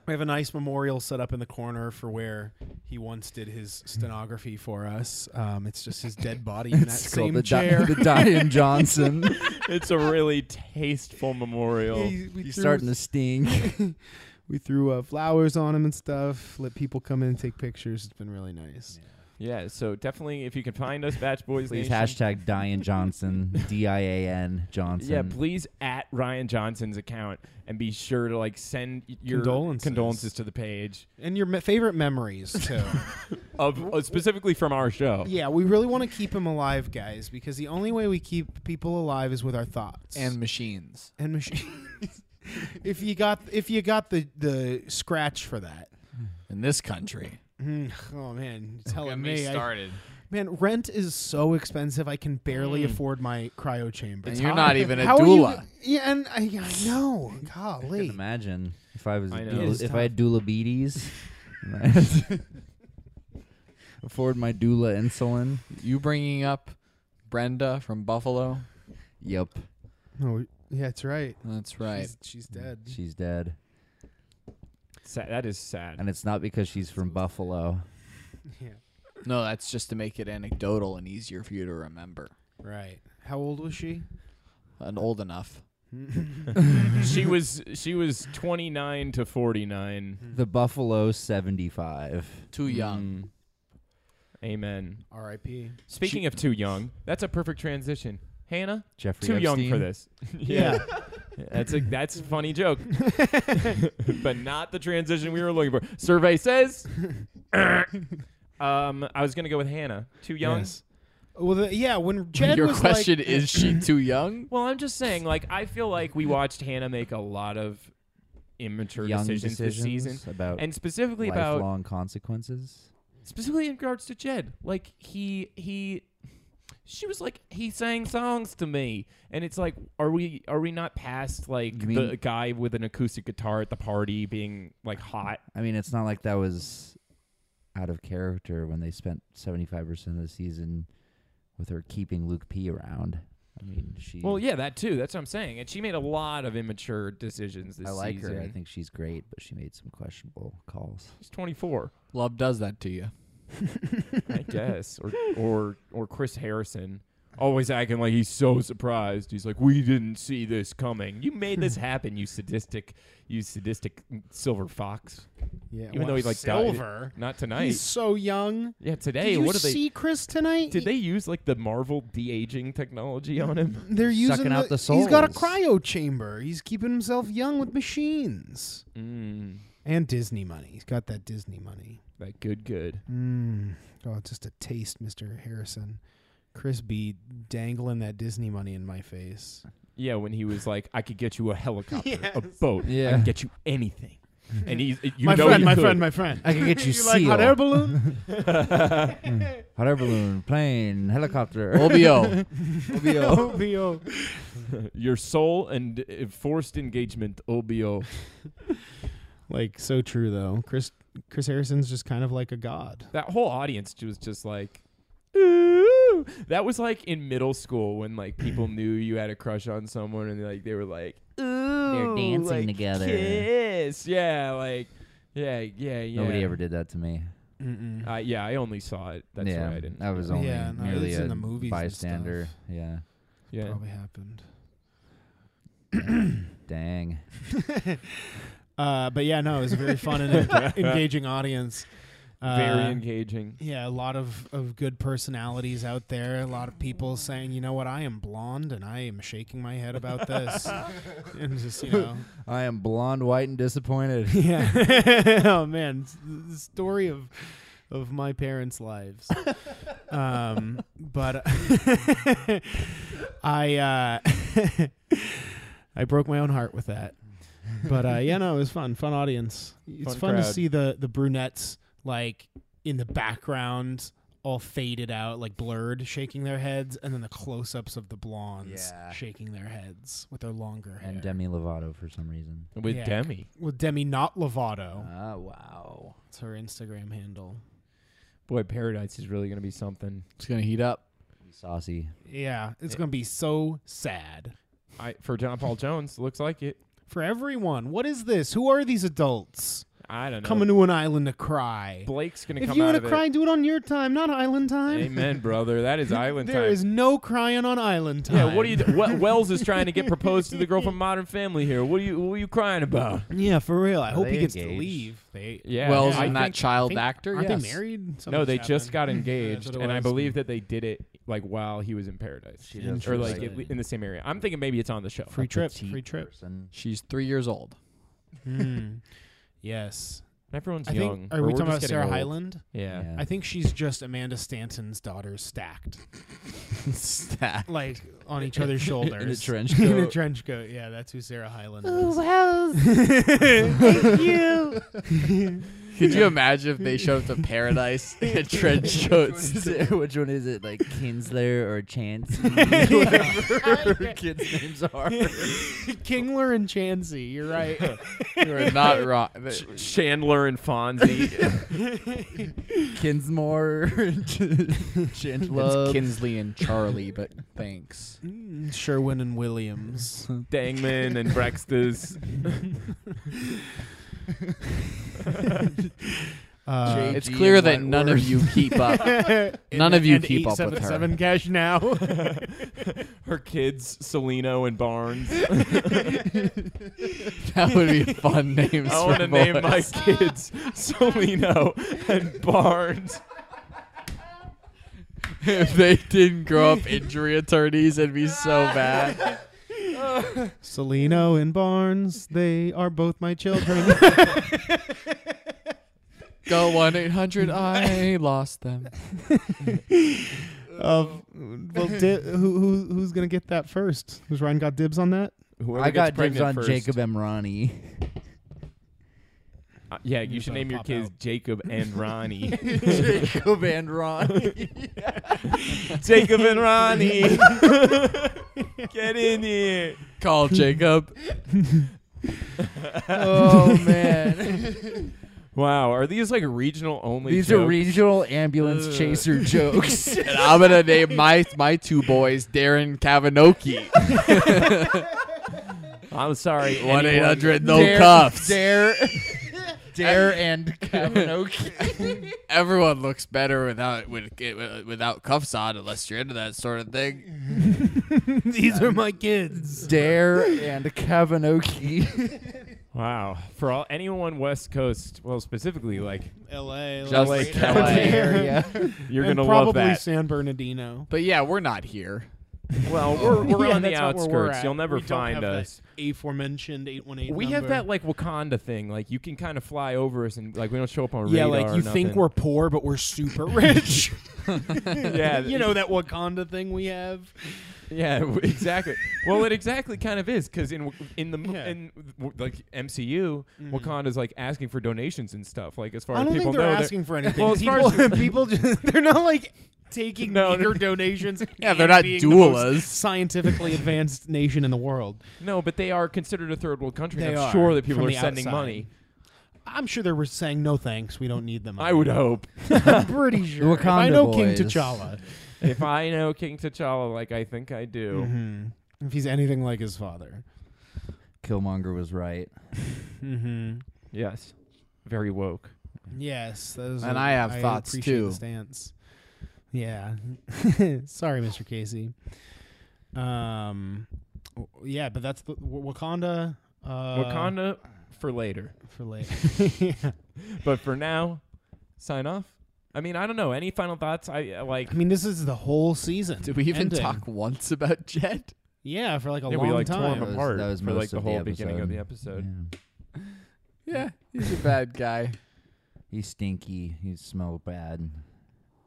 S4: we have a nice memorial set up in the corner for where he once did his stenography for us. Um, it's just his dead body in that same
S3: the, Di-
S4: chair.
S3: the Diane Johnson.
S1: It's a really tasteful memorial.
S4: He- we
S3: He's
S4: threw-
S3: starting to stink.
S4: We threw uh, flowers on him and stuff. Let people come in and take pictures. It's been really nice.
S1: Yeah, so definitely if you can find us, Batch Boys
S3: Please
S1: Nation.
S3: hashtag Diane Johnson. D I A N Johnson.
S1: Yeah, please at Ryan Johnson's account and be sure to like send y- your
S4: Condolences.
S1: condolences to the page
S4: And your me- favorite memories too.
S1: of uh, specifically from our show.
S4: yeah, we really want to keep him alive, guys, because the only way we keep people alive is with our thoughts
S5: and machines.
S4: and machines. if you got if you got the the scratch for that.
S5: In this country.
S4: Mm, Oh man, you're telling me, I-
S5: started.
S4: man, rent is so expensive. I can
S1: Mm.
S4: barely afford my cryo chamber.
S5: And you're not even a
S4: How are you-
S5: doula.
S4: yeah, and I, I know.
S3: I can
S4: Golly,
S3: imagine if I was
S1: I know.
S3: doula-
S1: It is
S3: if I had doula beaties. and I had to afford my doula insulin.
S5: You bringing up Brenda from Buffalo?
S3: Yep,
S4: no, Oh, yeah, that's right.
S5: That's right.
S4: She's, she's dead.
S3: she's dead,
S1: Sa- that is sad.
S3: and it's not because she's from Buffalo.
S1: Mm.
S4: Yeah,
S5: No, that's just to make it anecdotal and easier for you to remember.
S4: right. How old was she?
S5: And old enough.
S1: she was she was 29 to 49.
S3: The Buffalo seventy-five. Mm.
S5: Too young.
S4: Mm-hmm.
S1: Amen.
S4: R.I.P.
S1: Speaking of too young, that's a perfect transition. Hannah,
S3: Jeffrey.
S1: too young for
S3: Epstein?
S1: this. That's a that's a funny joke, but not the transition we were looking for. Survey says, um, I was gonna go with Hannah. Too young.
S4: Yes. Well, the, yeah. When Jed
S5: Your
S4: was
S5: question
S4: like,
S5: is she too young?
S1: Well, I'm just saying, like I feel like we watched Hannah make a lot of immature
S3: Young
S1: decisions, this season,
S3: about
S1: and specifically about
S3: lifelong consequences.
S1: specifically in regards to Jed. Like he he. She was like, he sang songs to me, and it's like, are we are we not past like
S3: You mean-
S1: the guy with an acoustic guitar at the party being like hot
S3: I mean, it's not like that was out of character when they spent seventy-five percent of the season with her keeping Luke P around. I mean, she.
S1: Well, yeah, that too. That's what I'm saying. And she made a lot of immature decisions this
S3: I like
S1: season.
S3: her. I think she's great, but she made some questionable calls.
S1: she's 24,
S5: Love does that to you.
S1: I guess, or or or Chris Harrison. always acting like he's so surprised. He's like, "We didn't see this coming. You made this happen, you sadistic, you sadistic silver fox."
S4: Yeah,
S1: Even though he like died-
S4: silver.
S1: not tonight.
S4: He's so young.
S1: yeah, today.
S4: Did you
S1: what are they?
S4: see Chris tonight?
S1: Did they use like the Marvel de aging technology on him?
S4: They're using
S3: Sucking out the
S4: He's got a
S3: souls.
S4: cryo chamber. He's keeping himself young with machines
S1: Mm,
S4: and Disney money. He's got that Disney money.
S1: that good, good.
S4: Mm. Oh, just a taste, Mister Harrison. Chris B dangling that Disney money in my face.
S1: Yeah, when he was like, "I could get you a helicopter, a
S4: Yes.
S1: boat, I
S3: Yeah.
S1: can get you anything," and he's you
S4: my
S1: know
S4: friend,
S1: he
S4: my
S1: could.
S4: friend, my friend.
S3: I could get you,
S4: You like hot
S3: seal.
S4: air balloon?
S3: Hot air balloon, plane, helicopter.
S1: Oh,
S5: OBO.
S3: OBO.
S4: Leo.
S1: your soul and uh, forced engagement, OBO.
S4: like so true though. Chris Chris Harrison's just kind of like a god.
S1: that whole audience ju- was just like ooh that was like in middle school when like people knew you had a crush on someone and like they were like ooh
S3: They're dancing
S1: like,
S3: together.
S1: kiss. yeah like yeah yeah yeah
S3: Nobody ever did that to me.
S4: Mm-mm.
S1: uh, yeah i only saw it that's
S3: yeah,
S1: why i didn't
S3: I was only
S4: Yeah, no,
S3: merely
S4: it's
S3: a
S4: in the movies and stuff.
S3: bystander. Yeah,
S1: yeah
S4: Probably happened.
S3: dang.
S4: Uh, but yeah, no, it was a very fun and en- engaging audience. Uh,
S1: very engaging
S4: yeah, a lot of, of good personalities out there. A lot of people saying, you know what, I am blonde and I am shaking my head about this. and just, you know.
S3: I am blonde, white, and disappointed.
S4: Yeah. oh, man. s- The story of of my parents' lives. um, but I. Uh, I broke my own heart with that. But uh, yeah, no, it was fun. Fun audience. It's
S1: Fun
S4: fun, to
S1: crowd.
S4: see the the brunettes like in the background, all faded out, like blurred, shaking their heads, and then the close ups of the blondes
S3: Yeah.
S4: shaking their heads with their longer hair.
S3: and Demi Lovato for some reason.
S1: with
S4: Yeah.
S1: demi
S4: with Demi, not
S1: Oh.
S4: Lovato.
S3: Ah, wow.
S4: It's her Instagram handle.
S1: boy paradise is really gonna be something
S5: it's gonna heat up.
S3: Saucy.
S4: Yeah, it's gonna be so sad
S1: i for john paul jones looks like it
S4: for everyone. What is this? Who are these adults
S1: i don't know
S4: coming to an island to cry?
S1: blake's gonna
S4: If
S1: come
S4: you
S1: out
S4: want
S1: of
S4: to cry, do it on your time, not island
S1: it
S4: time.
S1: amen brother that is island
S4: There
S1: time
S4: is no crying on island time.
S1: Yeah, what are you? Do- what, Wells is trying to get proposed to the girl from Modern Family here. What are you? What are you crying about?
S4: Yeah, for real. I hope he
S3: they
S4: gets to
S3: engaged?
S4: leave. They
S1: Yeah,
S5: Wells
S1: I
S5: and that
S1: think-
S4: I
S5: child
S4: think-
S5: actor.
S4: Aren't
S5: yes.
S4: they married?
S1: no,
S4: Something's
S1: they just got
S4: happened.
S1: engaged,
S4: That's what it
S1: and I
S4: was.
S1: believe that they did it like while he was in Paradise,
S3: She
S4: does
S1: or
S4: look
S1: like
S4: like-
S1: at le- in the same area. I'm thinking maybe it's on the show.
S4: free trip, free trip.
S5: She's three years old.
S4: Hmm. Yes,
S1: Everyone's
S4: I
S1: young.
S4: think. Are
S1: or
S4: we
S1: we're
S4: talking
S1: just
S4: about
S1: getting
S4: Sarah
S1: old.
S4: Hyland?
S1: Yeah.
S4: I think she's just Amanda Stanton's daughter stacked.
S5: Stack.
S4: like on each other's shoulders
S5: In a trench
S4: In a
S5: coat.
S4: trench coat. Yeah, that's who Sarah Hyland
S6: Ooh,
S4: is.
S6: Wells. Thank you.
S5: Could you imagine if they showed up to paradise in a trench coat?
S3: Which one is it? Like Kinsler or Chance? Whatever her kids' names are.
S4: Kingler and Chansey. You're right.
S5: You're not wrong.
S1: Chandler and Fonzie.
S3: Kinsmore,
S5: It's
S3: Chandler.
S5: Kinsley and Charlie, but thanks.
S4: Mm, Sherwin and Williams.
S1: Dangman and Brexters.
S4: Uh,
S5: It's clear that none of you keep up. None of you
S4: and
S5: keep up with her.
S4: 877 cash now.
S1: Her kids, Salino and Barnes.
S5: That would be fun names.
S1: I want to name my kids Salino and Barnes.
S5: if they didn't grow up injury attorneys, it'd be so bad.
S4: Salino and Barnes, they are both my children.
S5: Go one eight hundred. I lost them.
S4: of well, di- who, who who's gonna get that first? Who's Ryan got dibs on that?
S1: Whoever
S3: I
S1: gets
S3: got dibs
S1: pregnant
S3: on
S1: first.
S3: Jacob Emrani.
S1: Uh, yeah, you
S4: Just
S1: should
S4: gotta
S1: name your
S4: pop
S1: kids Jacob and Ronnie.
S3: Jacob and Ron.
S1: Jacob and Ronnie. Get in here.
S5: Call Jacob.
S3: oh man,
S1: Wow, are these like regional only?
S3: these are
S1: jokes?
S3: regional ambulance chaser jokes.
S5: And I'm gonna name my my two boys Darren Kavanoki.
S1: I'm sorry.
S5: One eight
S1: anyone-
S5: hundred no cuffs.
S3: Dare, Dare and Kavanoki.
S5: Everyone looks better without with, without cuffs on, unless you're into that sort of thing.
S4: These are my kids.
S3: Dare and Kavanoki.
S1: Wow. For all anyone West Coast, well, specifically, like
S4: L.A.
S5: Just
S4: Los
S5: like
S4: Angeles.
S5: LA.
S3: area.
S1: you're
S4: And
S1: gonna love
S4: probably
S1: that.
S4: San Bernardino.
S5: But yeah, we're not here.
S1: Well, we're, we're
S4: Yeah,
S1: on the
S4: that's not where we're
S1: outskirts.
S4: at.
S1: You'll never
S4: We don't have
S1: find
S4: that
S1: us.
S4: Aforementioned eight one eight.
S1: We have that like Wakanda thing. Like you can kind of fly over us, and like we don't show up on
S4: yeah,
S1: radar.
S4: like
S1: or
S4: you think
S1: nothing.
S4: we're poor, but we're super rich.
S1: yeah,
S4: you know that Wakanda thing we have.
S1: yeah, w- exactly. well, it exactly kind of is because in w- in the mo-
S4: Yeah. Mm-hmm.
S1: in w- like MCU, Wakanda's like asking for donations and stuff. Like as far
S4: I
S1: as
S4: don't
S1: people
S4: think they're
S1: know,
S4: asking for anything.
S1: Well, as far
S4: people,
S1: as-
S4: people just, they're not like taking
S1: No,
S4: meager donations.
S5: Yeah,
S4: and
S5: they're not
S4: being the most
S5: doulas.
S4: scientifically advanced nation in the world.
S1: no, but they are considered a third world country. and
S4: They
S1: I'm
S4: are,
S1: sure that people
S4: from
S1: are
S4: the
S1: sending
S4: outside.
S1: money.
S4: I'm sure they were saying no thanks. We don't need them.
S1: I would hope.
S4: I'm pretty sure. If I
S3: Wakanda
S4: know King
S3: boys.
S4: T'Challa.
S1: if I know King T'Challa like I think I do,
S4: Mhm. If he's anything like his father.
S3: Killmonger was right.
S4: Mm-hmm.
S1: yes, very woke.
S4: Yes, those
S5: And
S4: are-
S5: I have thoughts,
S4: appreciate
S5: too.
S4: The stance. Yeah. Sorry, Mr. Casey. Um, w- yeah, but that's the w- Wakanda. Uh,
S1: Wakanda for later,
S4: for later. yeah.
S1: but for now, sign off. I mean, I don't know. Any final thoughts? I uh, like.
S4: I mean, this is the whole season.
S5: Did we even
S4: ending.
S5: talk once about Jed?
S4: Yeah, for like a
S1: Yeah,
S4: long
S1: we like tore
S4: time.
S1: him
S3: was-
S1: apart
S3: that was
S1: for like
S3: most
S1: the
S3: of the
S1: whole beginning of
S3: episode.
S1: the episode.
S3: Yeah.
S5: Yeah, he's a bad guy.
S3: He's stinky. He smelled bad.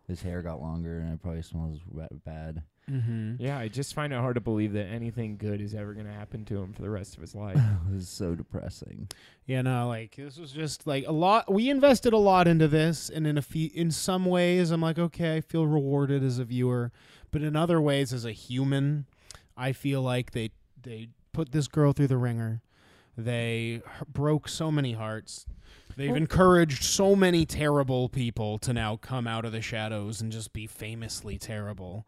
S3: His hair got longer, and it probably smells wet bad.
S4: Mm-hmm.
S1: Yeah, I just find it hard to believe that anything good is ever going to happen to him for the rest of his life.
S3: It was so depressing.
S4: Yeah, no, like this was just like a lot. We invested a lot into this, and in a few, in some ways, I'm like, okay, I feel rewarded as a viewer, but in other ways, as a human, I feel like they they put this girl through the ringer. They h- broke so many hearts. They've encouraged so many terrible people to now come out of the shadows and just be famously terrible.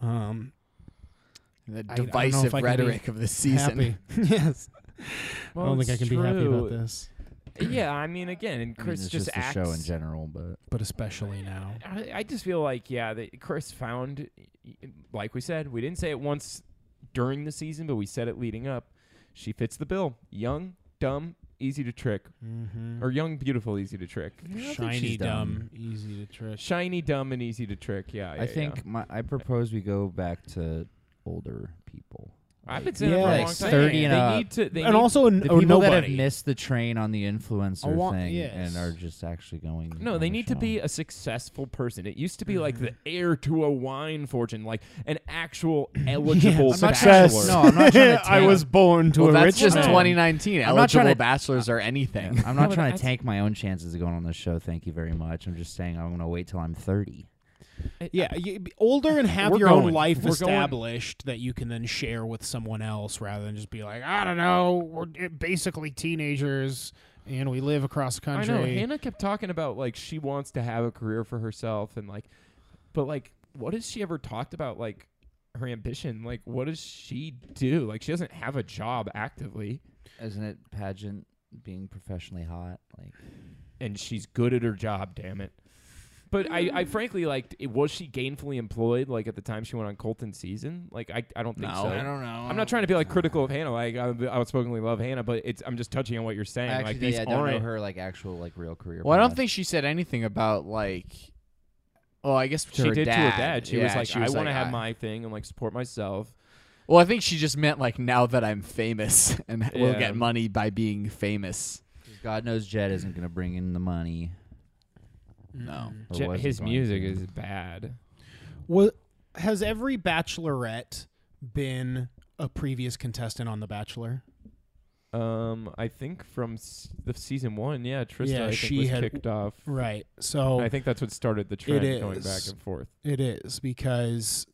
S4: Um,
S5: The
S4: I don't know if
S5: divisive
S4: I can be
S5: rhetoric of the season.
S4: happy. yes.
S1: Well,
S4: I don't think I
S1: it's
S4: can be happy about
S1: true.
S4: this,
S1: Yeah, I mean, again, and
S3: I mean,
S1: Chris
S3: it's
S1: just,
S3: just
S1: acts.
S3: the show in general, but
S4: but especially now.
S1: I, I just feel like, yeah, that Chris found, like we said, we didn't say it once during the season, but we said it leading up. She fits the bill. Young, dumb, easy to trick,
S4: Mm-hmm.
S1: or young, beautiful, easy to trick.
S4: Shiny,
S3: she's dumb.
S4: dumb, easy to trick.
S1: Shiny, dumb, and easy to trick. Yeah, yeah,
S3: I think
S1: yeah.
S3: my I propose we go back to older people.
S1: I've been saying it
S4: Yeah,
S1: for a
S4: like
S1: long time.
S3: 30 and
S1: they
S3: up.
S1: need to. They
S4: and
S1: need
S4: also a, n-
S3: The
S4: a
S3: people
S4: nobody.
S3: that have missed the train on the influencer
S4: want-
S3: thing
S4: yes.
S3: and are just actually going.
S1: No,
S3: on
S1: they
S3: the
S1: need to
S3: show.
S1: be a successful person. It used to be like
S4: Mm-hmm.
S1: the heir to a wine fortune, like an actual eligible
S4: I'm not
S1: bachelor.
S4: success.
S3: No, I'm not trying to.
S4: I
S3: tank-
S4: was born to
S5: Well,
S4: a
S5: that's
S4: rich
S5: just
S4: man.
S5: 2019.
S3: I'm not trying
S5: Eligible
S3: to-
S5: bachelors are anything.
S3: I'm
S1: No,
S3: not
S1: but
S3: trying to
S1: that's-
S3: tank my own chances of going on this show. Thank you very much. I'm just saying I'm going to wait till I'm 30.
S4: Yeah, you, be older and have
S1: We're
S4: your own
S1: going.
S4: life
S1: We're going.
S4: established that you can then share with someone else rather than just be like, I don't know, we're d- basically teenagers and we live across the
S1: I
S4: country.
S1: know. Hannah kept talking about like she wants to have a career for herself and like, but like, what has she ever talked about like her ambition? Like, what does she do? Like, she doesn't have a job actively,
S3: Isn't it pageant being professionally hot? Like
S1: and she's good at her job. Damn it. But I, I frankly like, it, was she gainfully employed? Like at the time she went on Colton season, like I, I don't think so.
S5: don't know.
S1: I'm not trying to be like critical of Hannah. Like I I outspokenly love Hannah, but it's I'm just touching on what you're saying. like these
S3: I don't know
S1: aren't.
S3: her like actual like real career.
S5: Well, I don't think she said anything about like. Well, I guess to
S1: she
S5: her
S1: did
S5: dad.
S1: to her dad. She was
S5: Yeah,
S1: like, "I want to
S5: like,
S1: have
S5: I-
S1: my thing and like support myself."
S5: Well, I think she just meant like now that I'm famous and we'll
S1: Yeah.
S5: get money by being famous.
S3: God knows Jed isn't going to bring in the money.
S5: No.
S3: or
S1: Je-
S3: wasn't
S1: his
S3: going
S1: music
S3: to.
S1: is bad.
S4: What, has every bachelorette been a previous contestant on The Bachelor?
S1: Um, I think from s- the season one, yeah, Trista,
S4: Yeah,
S1: I think
S4: she
S1: was
S4: had-
S1: kicked off.
S4: Right. So
S1: I think that's what started the trend
S4: It
S1: going back
S4: is.
S1: and forth.
S4: It is because,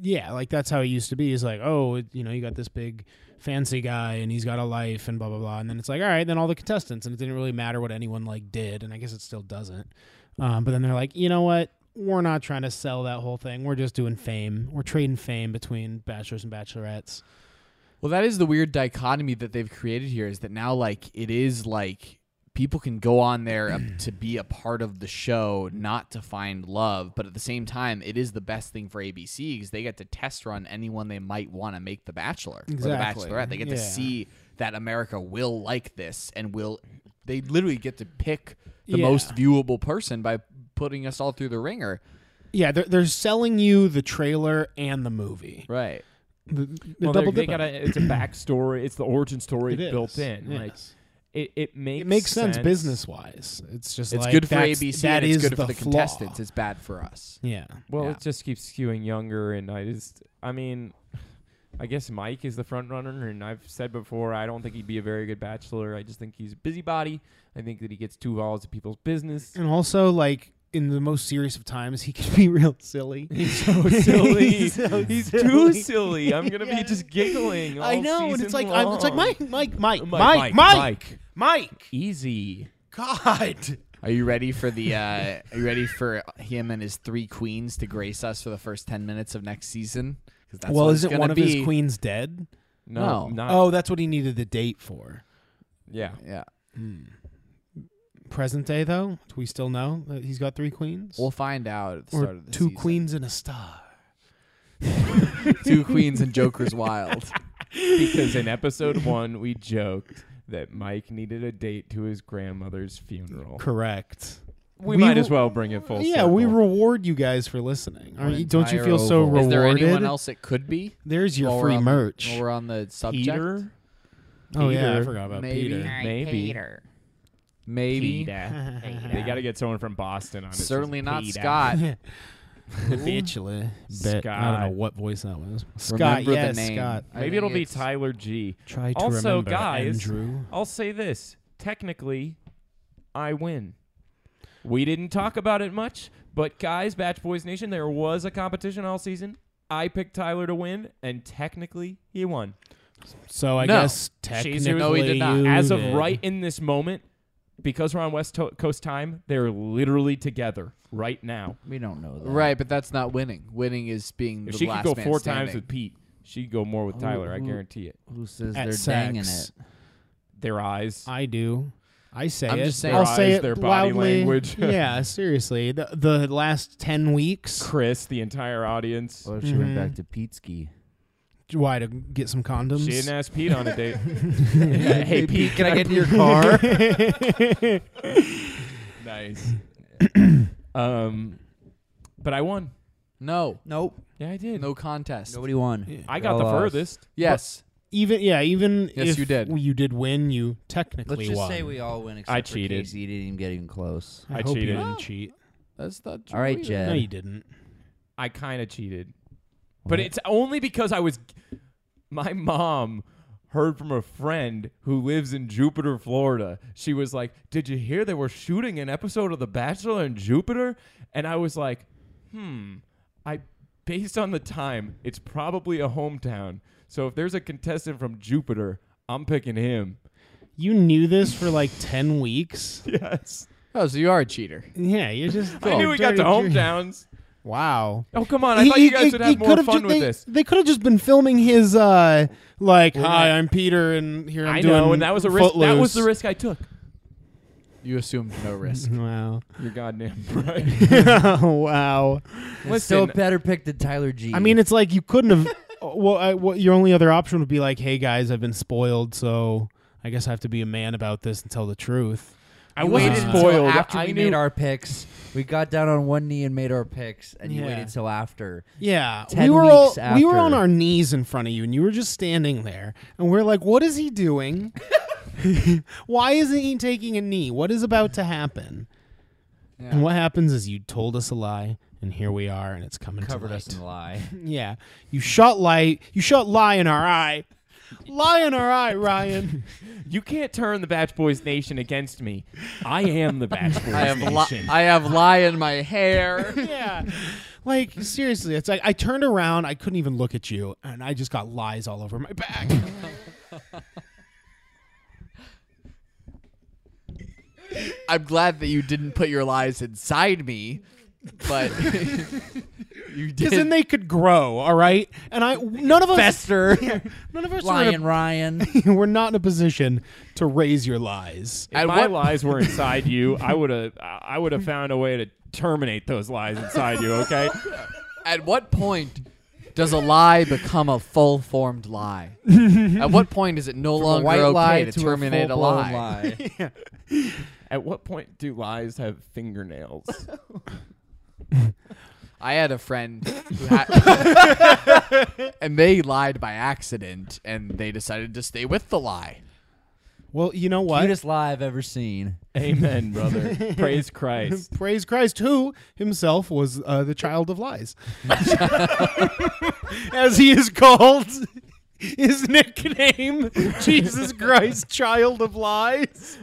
S4: yeah, like that's how it used to be. Is like, oh, it, you know, you got this big fancy guy and he's got a life and blah blah blah, and then it's like, all right, then all the contestants, and it didn't really matter what anyone like did, and I guess it still doesn't. Um, but then they're like, you know what? We're not trying to sell that whole thing. We're just doing fame. We're trading fame between bachelors and bachelorettes.
S5: Well, that is the weird dichotomy that they've created here is that now like it is like people can go on there up to be a part of the show, not to find love, but at the same time, it is the best thing for ABC because they get to test run anyone they might want to make The Bachelor or
S4: Exactly.
S5: The Bachelorette. They get to
S4: Yeah.
S5: see that America will like this and will. They literally get to pick the
S4: Yeah.
S5: most viewable person by putting us all through the ringer.
S4: Yeah, they're, they're selling you the trailer and the movie.
S5: Right.
S4: The,
S1: Well,
S4: double
S1: they
S4: dip
S1: got it's a backstory. It's the origin story
S4: It is.
S1: built in. Like
S4: Yes.
S1: it, it makes
S4: it makes sense,
S1: sense
S4: business wise. It's just
S5: It's
S4: like,
S5: good for
S4: that's-
S5: ABC.
S4: That
S5: and it's
S4: is
S5: good for the
S4: flaw.
S5: contestants. It's bad for us.
S4: yeah,
S1: Well,
S5: Yeah.
S1: it just keeps skewing younger, and I just, I mean, I guess Mike is the front runner, and I've said before, I don't think he'd be a very good bachelor. I just think he's a busybody. I think that he gets too involved in people's business.
S4: and also like in the most serious of times, he can be real silly.
S1: He's so silly.
S4: He's
S1: he's
S4: so
S1: too
S4: silly.
S1: silly. I'm gonna be just giggling.
S4: I
S1: all
S4: know, and it's like
S1: season
S4: I'm, it's like
S1: long.
S4: Mike, Mike, Mike, Mike,
S1: Mike,
S4: Mike, Mike.
S1: Easy.
S4: God,
S5: Are you ready for the? Uh, are you ready for him and his three queens to grace us for the first ten minutes of next season? 'Cause that's
S4: well,
S5: what it's
S4: isn't
S5: gonna
S4: one of
S5: be.
S4: his queens dead?
S1: No,
S5: No.
S1: not.
S4: Oh, that's what he needed the date for.
S1: yeah.
S5: Yeah,
S4: Present day, though, do we still know that he's got three queens?
S5: we'll find out. At the start
S4: or
S5: of the
S4: two
S5: season.
S4: queens and a star.
S5: two queens, and Joker's wild.
S1: because in episode one we joked that Mike needed a date to his grandmother's funeal.
S4: Correct.
S1: We,
S4: We
S1: might as
S4: were-
S1: well bring it full.
S4: yeah, we
S1: circle.
S4: reward you guys for listening. Aren't
S5: Our
S4: you, don't you
S5: entire
S4: feel so
S5: Is
S4: rewarded?
S5: there anyone else it could be?
S4: There's your
S5: While we're
S4: free
S5: on-
S4: merch.
S5: while we're on the subject,
S1: Peter.
S4: oh yeah, I
S1: Peter,
S4: forgot about
S5: maybe.
S4: Peter.
S1: Maybe.
S5: maybe,
S1: Peter. they got to get someone from Boston on it.
S5: certainly
S1: It's
S5: not
S1: Peter.
S5: Scott.
S4: Eventually, Bet. I don't
S1: Scott.
S4: know what voice that was. Scott,
S5: Remember
S4: yes,
S5: the name.
S4: Scott.
S5: I
S1: Maybe
S5: think
S1: it'll be
S5: it's-
S1: Tyler G.
S4: Try to
S1: Also,
S4: remember,
S1: guys-
S4: Andrew.
S1: I'll say this: technically, I win. We didn't talk about it much, but guys, Batch Boys Nation, there was a competition all season. I picked Tyler to win, and technically, he won.
S4: So I
S5: No.
S4: guess technically,
S5: No, he did not.
S4: you
S1: As of
S4: did.
S1: right in this moment, because we're on West to- Coast time, they're literally together right now.
S3: We don't know that.
S5: Right, but that's not winning. Winning is being the
S1: If she could
S5: last
S1: go
S5: man
S1: four
S5: standing.
S1: times with Pete, she'd go more with Tyler. I guarantee it.
S3: Who says
S4: At
S3: they're danging
S4: sex.
S3: it?
S1: Their eyes.
S4: I do. I say
S5: I'm
S4: it.
S5: just saying-
S4: I'll
S1: Their
S4: say
S1: eyes,
S4: it
S1: their body
S4: loudly.
S1: language.
S4: yeah, seriously. The, the last 10 weeks.
S1: Chris, the entire audience.
S3: What if she went back to Petsky?
S4: Why, to get some condoms?
S1: She didn't ask Pete on a date. hey, Pete,
S3: can I get in your car?
S1: nice. um, but I won.
S5: No,
S3: nope.
S1: Yeah, I did.
S5: no contest.
S3: Nobody won.
S1: I got
S3: Y'all
S1: the
S3: lost.
S1: furthest.
S5: Yes,
S4: even, yeah, even
S5: Yes,
S4: if
S5: you did.
S4: you did win, you technically
S3: Let's just
S4: won.
S3: say we all win. Except
S1: I
S3: for
S1: cheated.
S3: Casey. You didn't even get even close.
S4: I,
S1: I
S4: hope you
S1: cheated.
S4: didn't cheat.
S5: that's not.
S3: All right,
S5: true.
S3: Jed.
S4: No, you didn't.
S1: I kind of cheated, but it's only because I was. My mom heard from a friend who lives in Jupiter, Florida. She was like, "Did you hear they were shooting an episode of The Bachelor in Jupiter?" And I was like, "Hmm, I." Based on the time, it's probably a hometown. So if there's a contestant from Jupiter, I'm picking him.
S4: You knew this for like 10 weeks.
S1: Yes.
S5: Oh, so you are a cheater.
S4: Yeah, you're just.
S1: I knew we got to
S4: dirty jerk.
S1: hometowns.
S4: Wow.
S1: Oh come on! I thought you guys would have more
S4: could've
S1: fun
S4: ju-
S1: with
S4: they,
S1: this.
S4: They could have just been filming his, uh, like, hi, I'm Peter, and here I'm
S1: I
S4: doing
S1: know, and that was a risk. That was the
S4: Footloose."
S1: risk I took.
S5: You assumed no risk.
S4: Wow.
S1: You're goddamn right.
S4: wow.
S1: Listen,
S3: Still better pick than Tyler G.
S4: I mean, it's like you couldn't have. uh, well, I, what your only other option would be like, "Hey guys, I've been spoiled, so I guess I have to be a man about this and tell the truth."
S1: I
S4: You
S1: waited
S4: waited
S1: until
S3: Until
S1: spoiled.
S3: after
S1: I
S3: we
S1: knew
S3: made our picks. We got down on one knee and made our picks, and you
S4: Yeah.
S3: waited till after.
S4: Yeah, we
S3: Ten
S4: were all
S3: weeks
S4: we were
S3: after.
S4: on our knees in front of you, and you were just standing there, and we're like, "What is he doing? Why isn't he taking a knee? What is about to happen?" And what happens is you told us a lie, and here we are, and it's coming
S3: Covered
S4: to
S3: us
S4: light.
S3: in a lie.
S4: Yeah, you shot lie. You shot lie in our eye. Lie in our eye, Ryan.
S1: you can't turn the Batch Boys Nation against me. I am the Batch Boys
S5: I have li-
S1: Nation.
S5: I have lie in my hair.
S4: yeah. Like seriously, it's like I turned around, I couldn't even look at you, and I just got lies all over my back.
S5: I'm glad that you didn't put your lies inside me, but You
S4: because then they could grow. All right, and I none of us
S5: fester.
S4: none of us are in
S3: Lion Ryan.
S4: a- we're not in a position to raise your lies.
S1: If
S5: At
S1: my
S5: what-
S1: lies were inside you, I would have I would have found a way to terminate those lies inside you. Okay,
S5: At what point does a lie become a full formed lie? At what point is it no
S3: From a
S5: longer
S3: white
S5: okay
S3: lie
S5: to,
S3: a
S5: terminate a
S3: full-blown
S5: lie?
S3: lie.
S1: at what point do lies have fingernails?
S5: I had a friend who had, and they lied by accident and they decided to stay with the lie.
S4: Well, you know what?
S3: Cutest lie I've ever seen.
S1: Amen, brother. Praise Christ.
S4: Praise Christ, who himself was uh, the child of lies, as he is called. His nickname, Jesus Christ, child of lies.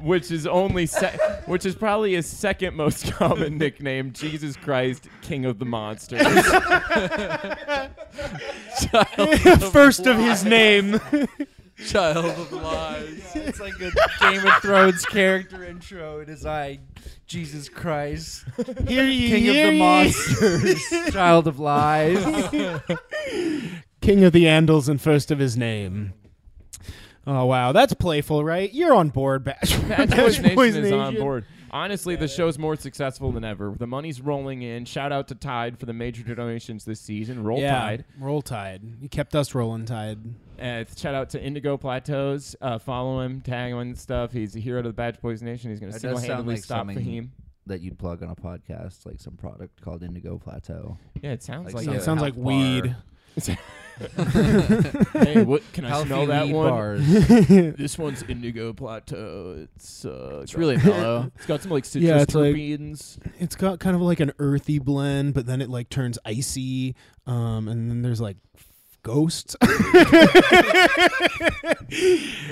S1: which is only se- which is probably his second most common nickname jesus christ king of the monsters
S4: First of his name.
S5: Child of lies.
S3: It's like a Game of Thrones character intro. It is I, Jesus Christ,
S4: Here ye,
S3: King of
S4: hear
S3: the
S4: ye.
S3: Monsters, Child of Lies.
S4: King of the Andals and first of his name. Oh wow, that's playful, right? You're on board, Bash.
S1: Bad
S4: Bash
S1: Boys Nation
S4: Boys
S1: is on
S4: Nation.
S1: board honestly the show's more successful than ever the money's rolling in shout out to tide for the major donations this season roll
S4: yeah,
S1: tide
S4: Roll Tide. You kept us rolling Tide.
S1: uh, shout out to indigo plateaus uh, follow him tag him on stuff he's a hero to the Bad Boys Nation. he's going to
S3: That does sound
S1: single-handedly
S3: like
S1: stop
S3: something-
S1: Fahim.
S3: that you'd plug on a podcast, like some product called Indigo Plateau.
S1: yeah it sounds
S3: Like
S1: like,
S3: Yeah,
S4: Yeah,
S3: something.
S1: it.
S4: it sounds like
S3: Health
S4: weed.
S3: bar.
S1: hey what can i
S3: Healthy
S1: smell that
S3: weed
S1: one
S3: Bars.
S1: this one's indigo plateau it's uh
S5: It's really mellow.
S1: It's got some like citrus
S4: Yeah, it's like-
S1: terpenes.
S4: It's got kind of like an earthy blend, but then it like turns icy, um, and then there's like ghosts,
S3: Then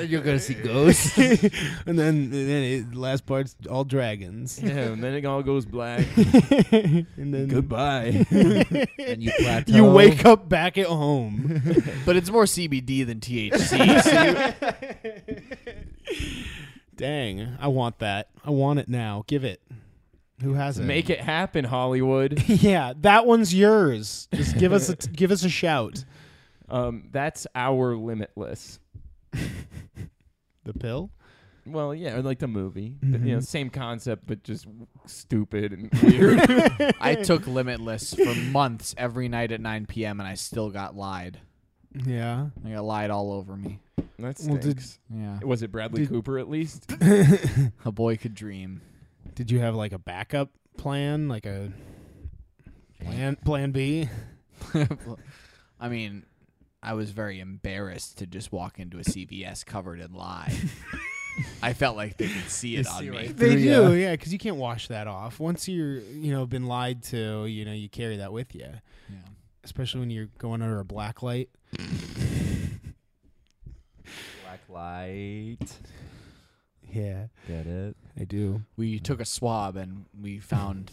S3: You're gonna see ghosts.
S4: and then and then it, last part's all dragons,
S1: yeah, and then it all goes black.
S4: and then
S3: Goodbye. and you plateau.
S4: you wake up back at home.
S5: But it's more CBD than THC.
S4: Dang, I want that. I want it now. Give it. Who has it?
S1: Make it happen, Hollywood.
S4: Yeah, that one's yours. Just give us a t- give us a shout.
S1: Um, that's our limitless.
S4: The pill.
S1: Well, yeah, or like the movie. But,
S4: Mm-hmm.
S1: you know, same concept, but just stupid and weird.
S5: I took Limitless for months every night at 9 p.m. and I still got lied.
S4: Yeah.
S5: I got lied all over me.
S1: that stinks.
S4: Well, did-
S5: Yeah.
S1: Was it Bradley
S4: did-
S1: Cooper at least?
S5: A boy could dream.
S4: Did you have like a backup plan, like a plan plan B?
S5: I mean, I was very embarrassed to just walk into a CVS covered in lie. I felt like they could see it on me.
S4: They
S3: Through
S4: do,
S3: ya.
S4: yeah, because you can't wash that off. Once you're, you know, been lied to, you know, you carry that with you,
S5: Yeah.
S4: especially when you're going under a black light.
S3: Black light.
S4: Yeah,
S3: Get it?
S4: I do.
S5: We took a swab and we found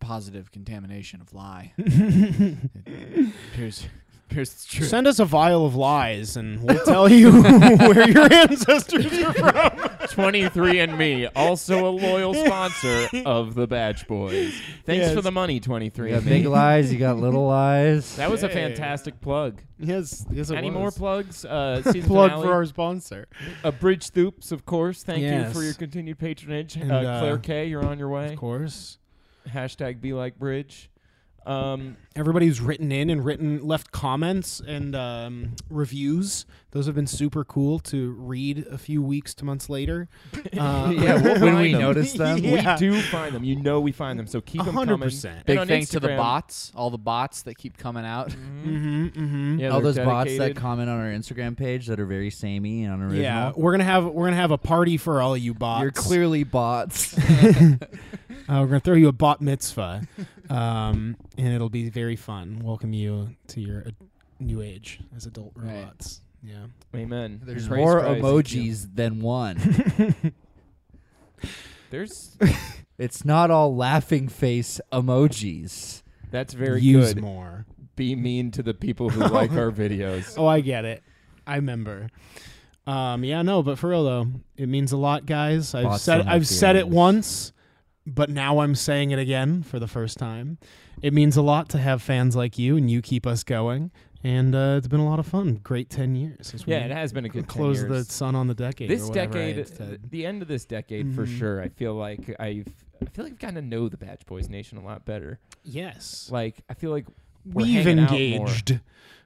S5: positive contamination of lie. it appears, appears it's true.
S4: Send us a vial of lies, and we'll tell you where your ancestors are from.
S1: 23 and Me, also a loyal sponsor of the Batch Boys. Thanks for the money, 23
S3: You got
S1: and Me.
S3: big lies. You got little lies.
S1: That was a
S4: Hey.
S1: fantastic plug.
S4: Yes, yes. It
S1: Any
S4: was.
S1: more plugs? Uh, season
S4: plug
S1: finale?
S4: for our sponsor?
S1: Uh, Bridge Thoops, of course. Thank you for
S4: Yes.
S1: your continued patronage.
S4: And,
S1: uh, Claire
S4: uh,
S1: K, you're on your
S4: Of
S1: way.
S4: course.
S1: Hashtag be like Bridge. Um,
S4: everybody's written in and written left comments and um, reviews. Those have been super cool to read a few weeks to months later. Uh,
S1: Yeah, we'll
S3: when we
S1: find 'em.
S3: notice them,
S4: Yeah.
S1: We do find them. You know we find them. So keep them coming.
S4: 100%.
S1: And
S5: Big
S1: on
S5: thanks to the
S1: Instagram- Mm.
S5: bots, all the bots that keep coming out.
S1: Mm-hmm.
S4: hmm hmm
S1: Yeah,
S3: all
S1: they're
S3: those bots that
S1: dedicated.
S3: comment on our Instagram page that are very samey and unoriginal.
S4: Yeah, we're gonna have we're gonna have a party for all you bots.
S3: You're clearly bots.
S4: Uh, we're gonna throw you a bot mitzvah, um, and it'll be very fun. Welcome you to your uh, new age as adult
S5: Right.
S4: robots. Yeah.
S1: Amen.
S3: There's
S1: Praise
S3: more
S1: Christ.
S3: emojis than one.
S1: There's
S3: It's not all laughing face emojis.
S1: that's very
S4: Use
S1: good.
S4: more.
S1: Be mean to the people who like our videos.
S4: Oh, I get it. I remember. Um, yeah, no, but for real though, it means a lot, guys. I've
S3: Bots
S4: said
S3: don't have
S4: I've said it
S3: feelings.
S4: once. but now I'm saying it again for the first time. It means a lot to have fans like you, and you keep us going. And uh, it's been a lot of fun. Great ten years. since we
S1: Yeah, it has been a good 10
S4: close
S1: years.
S4: the sun on the decade. or
S1: this
S4: whatever I
S1: decade, uh,
S4: had said.
S1: the end of this decade for
S4: Mhm.
S1: sure. I feel like I've, I feel like I've gotten to know the Batch Boys Nation a lot better.
S4: yes,
S1: Like I feel like we're
S4: we've
S1: hanging out more.
S4: engaged.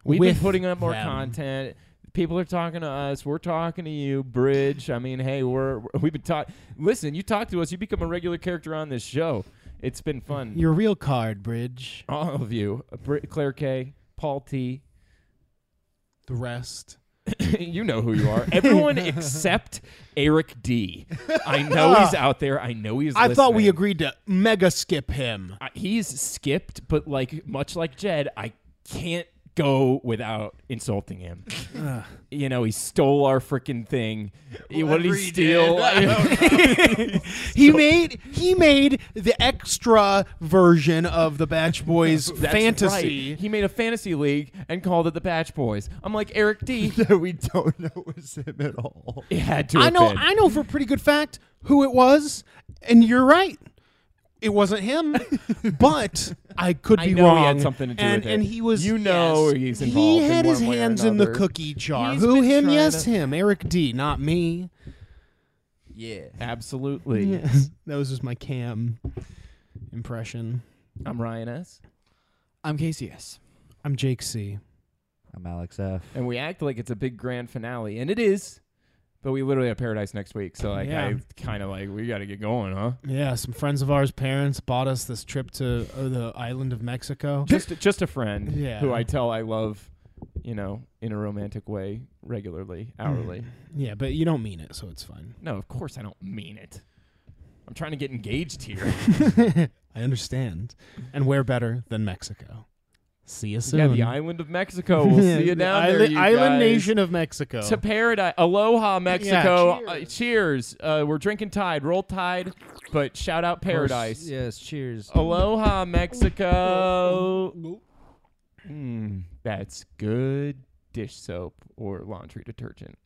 S1: We've
S4: with
S1: been putting up more
S4: them.
S1: content. People are talking to us. We're talking to you, Bridge. I mean, hey, we're we've been taught. Listen, you talk to us. You become a regular character on this show. It's been fun.
S4: Your real card, Bridge.
S1: All of you, Br- Claire K, Paul T.
S4: The rest.
S1: you know who you are. Everyone except Eric D. I know he's out there. I know he's.
S4: Ah. I thought we
S1: listening.
S4: agreed to mega skip him.
S1: I- he's skipped, but like much like Jed, I can't go without insulting him. you know, he stole our freaking thing. He- what did he steal?
S4: He made he made the extra version of the Batch Boys
S1: That's
S4: fantasy.
S1: right. He made a fantasy league and called it the Batch Boys. I'm like Eric D.
S7: that we don't know was him at all.
S1: it had to.
S4: I
S1: have
S4: know
S1: been.
S4: I know for a pretty good fact who it was, and you're right. It wasn't him, but I could
S1: I
S4: be
S1: know
S4: wrong.
S1: he had something to do
S4: and,
S1: with it.
S4: and he was
S1: You know he's
S4: yes, He
S1: involved in
S4: had his
S1: one way or
S4: hands in the
S1: another.
S4: cookie jar.
S1: He's
S4: who
S1: been
S4: him?
S1: trying
S4: Yes,
S1: to-
S4: him. Eric D, not me.
S3: Yeah.
S1: Absolutely.
S4: Yes, that was just my cam impression.
S1: I'm Ryan S.
S5: I'm KCS.
S4: I'm Jake C.
S3: I'm Alex F.
S1: And we act like it's a big grand finale, and it is. But we literally have Paradise next week, so like
S4: Yeah.
S1: I kind of like we got to get going, huh?
S4: Yeah, some friends of ours' parents bought us this trip to uh, the island of Mexico.
S1: just just a friend
S4: Yeah.
S1: who I tell I love, you know, in a romantic way, regularly,
S4: Mm.
S1: hourly.
S4: Yeah, but you don't mean it, so it's fine.
S1: No, of course I don't mean it. I'm trying to get engaged here.
S4: I understand. And where better than Mexico? See you soon.
S1: yeah, the island of Mexico. We'll see you
S4: The
S1: down
S4: island,
S1: there, you
S4: island
S1: guys.
S4: nation of Mexico.
S1: To paradise, aloha Mexico.
S4: cheers.
S1: Uh, cheers. Uh, we're drinking Tide, roll Tide, but shout out paradise.
S3: Yes, cheers.
S1: Aloha Mexico. Hmm, Mm, that's good dish soap or laundry detergent.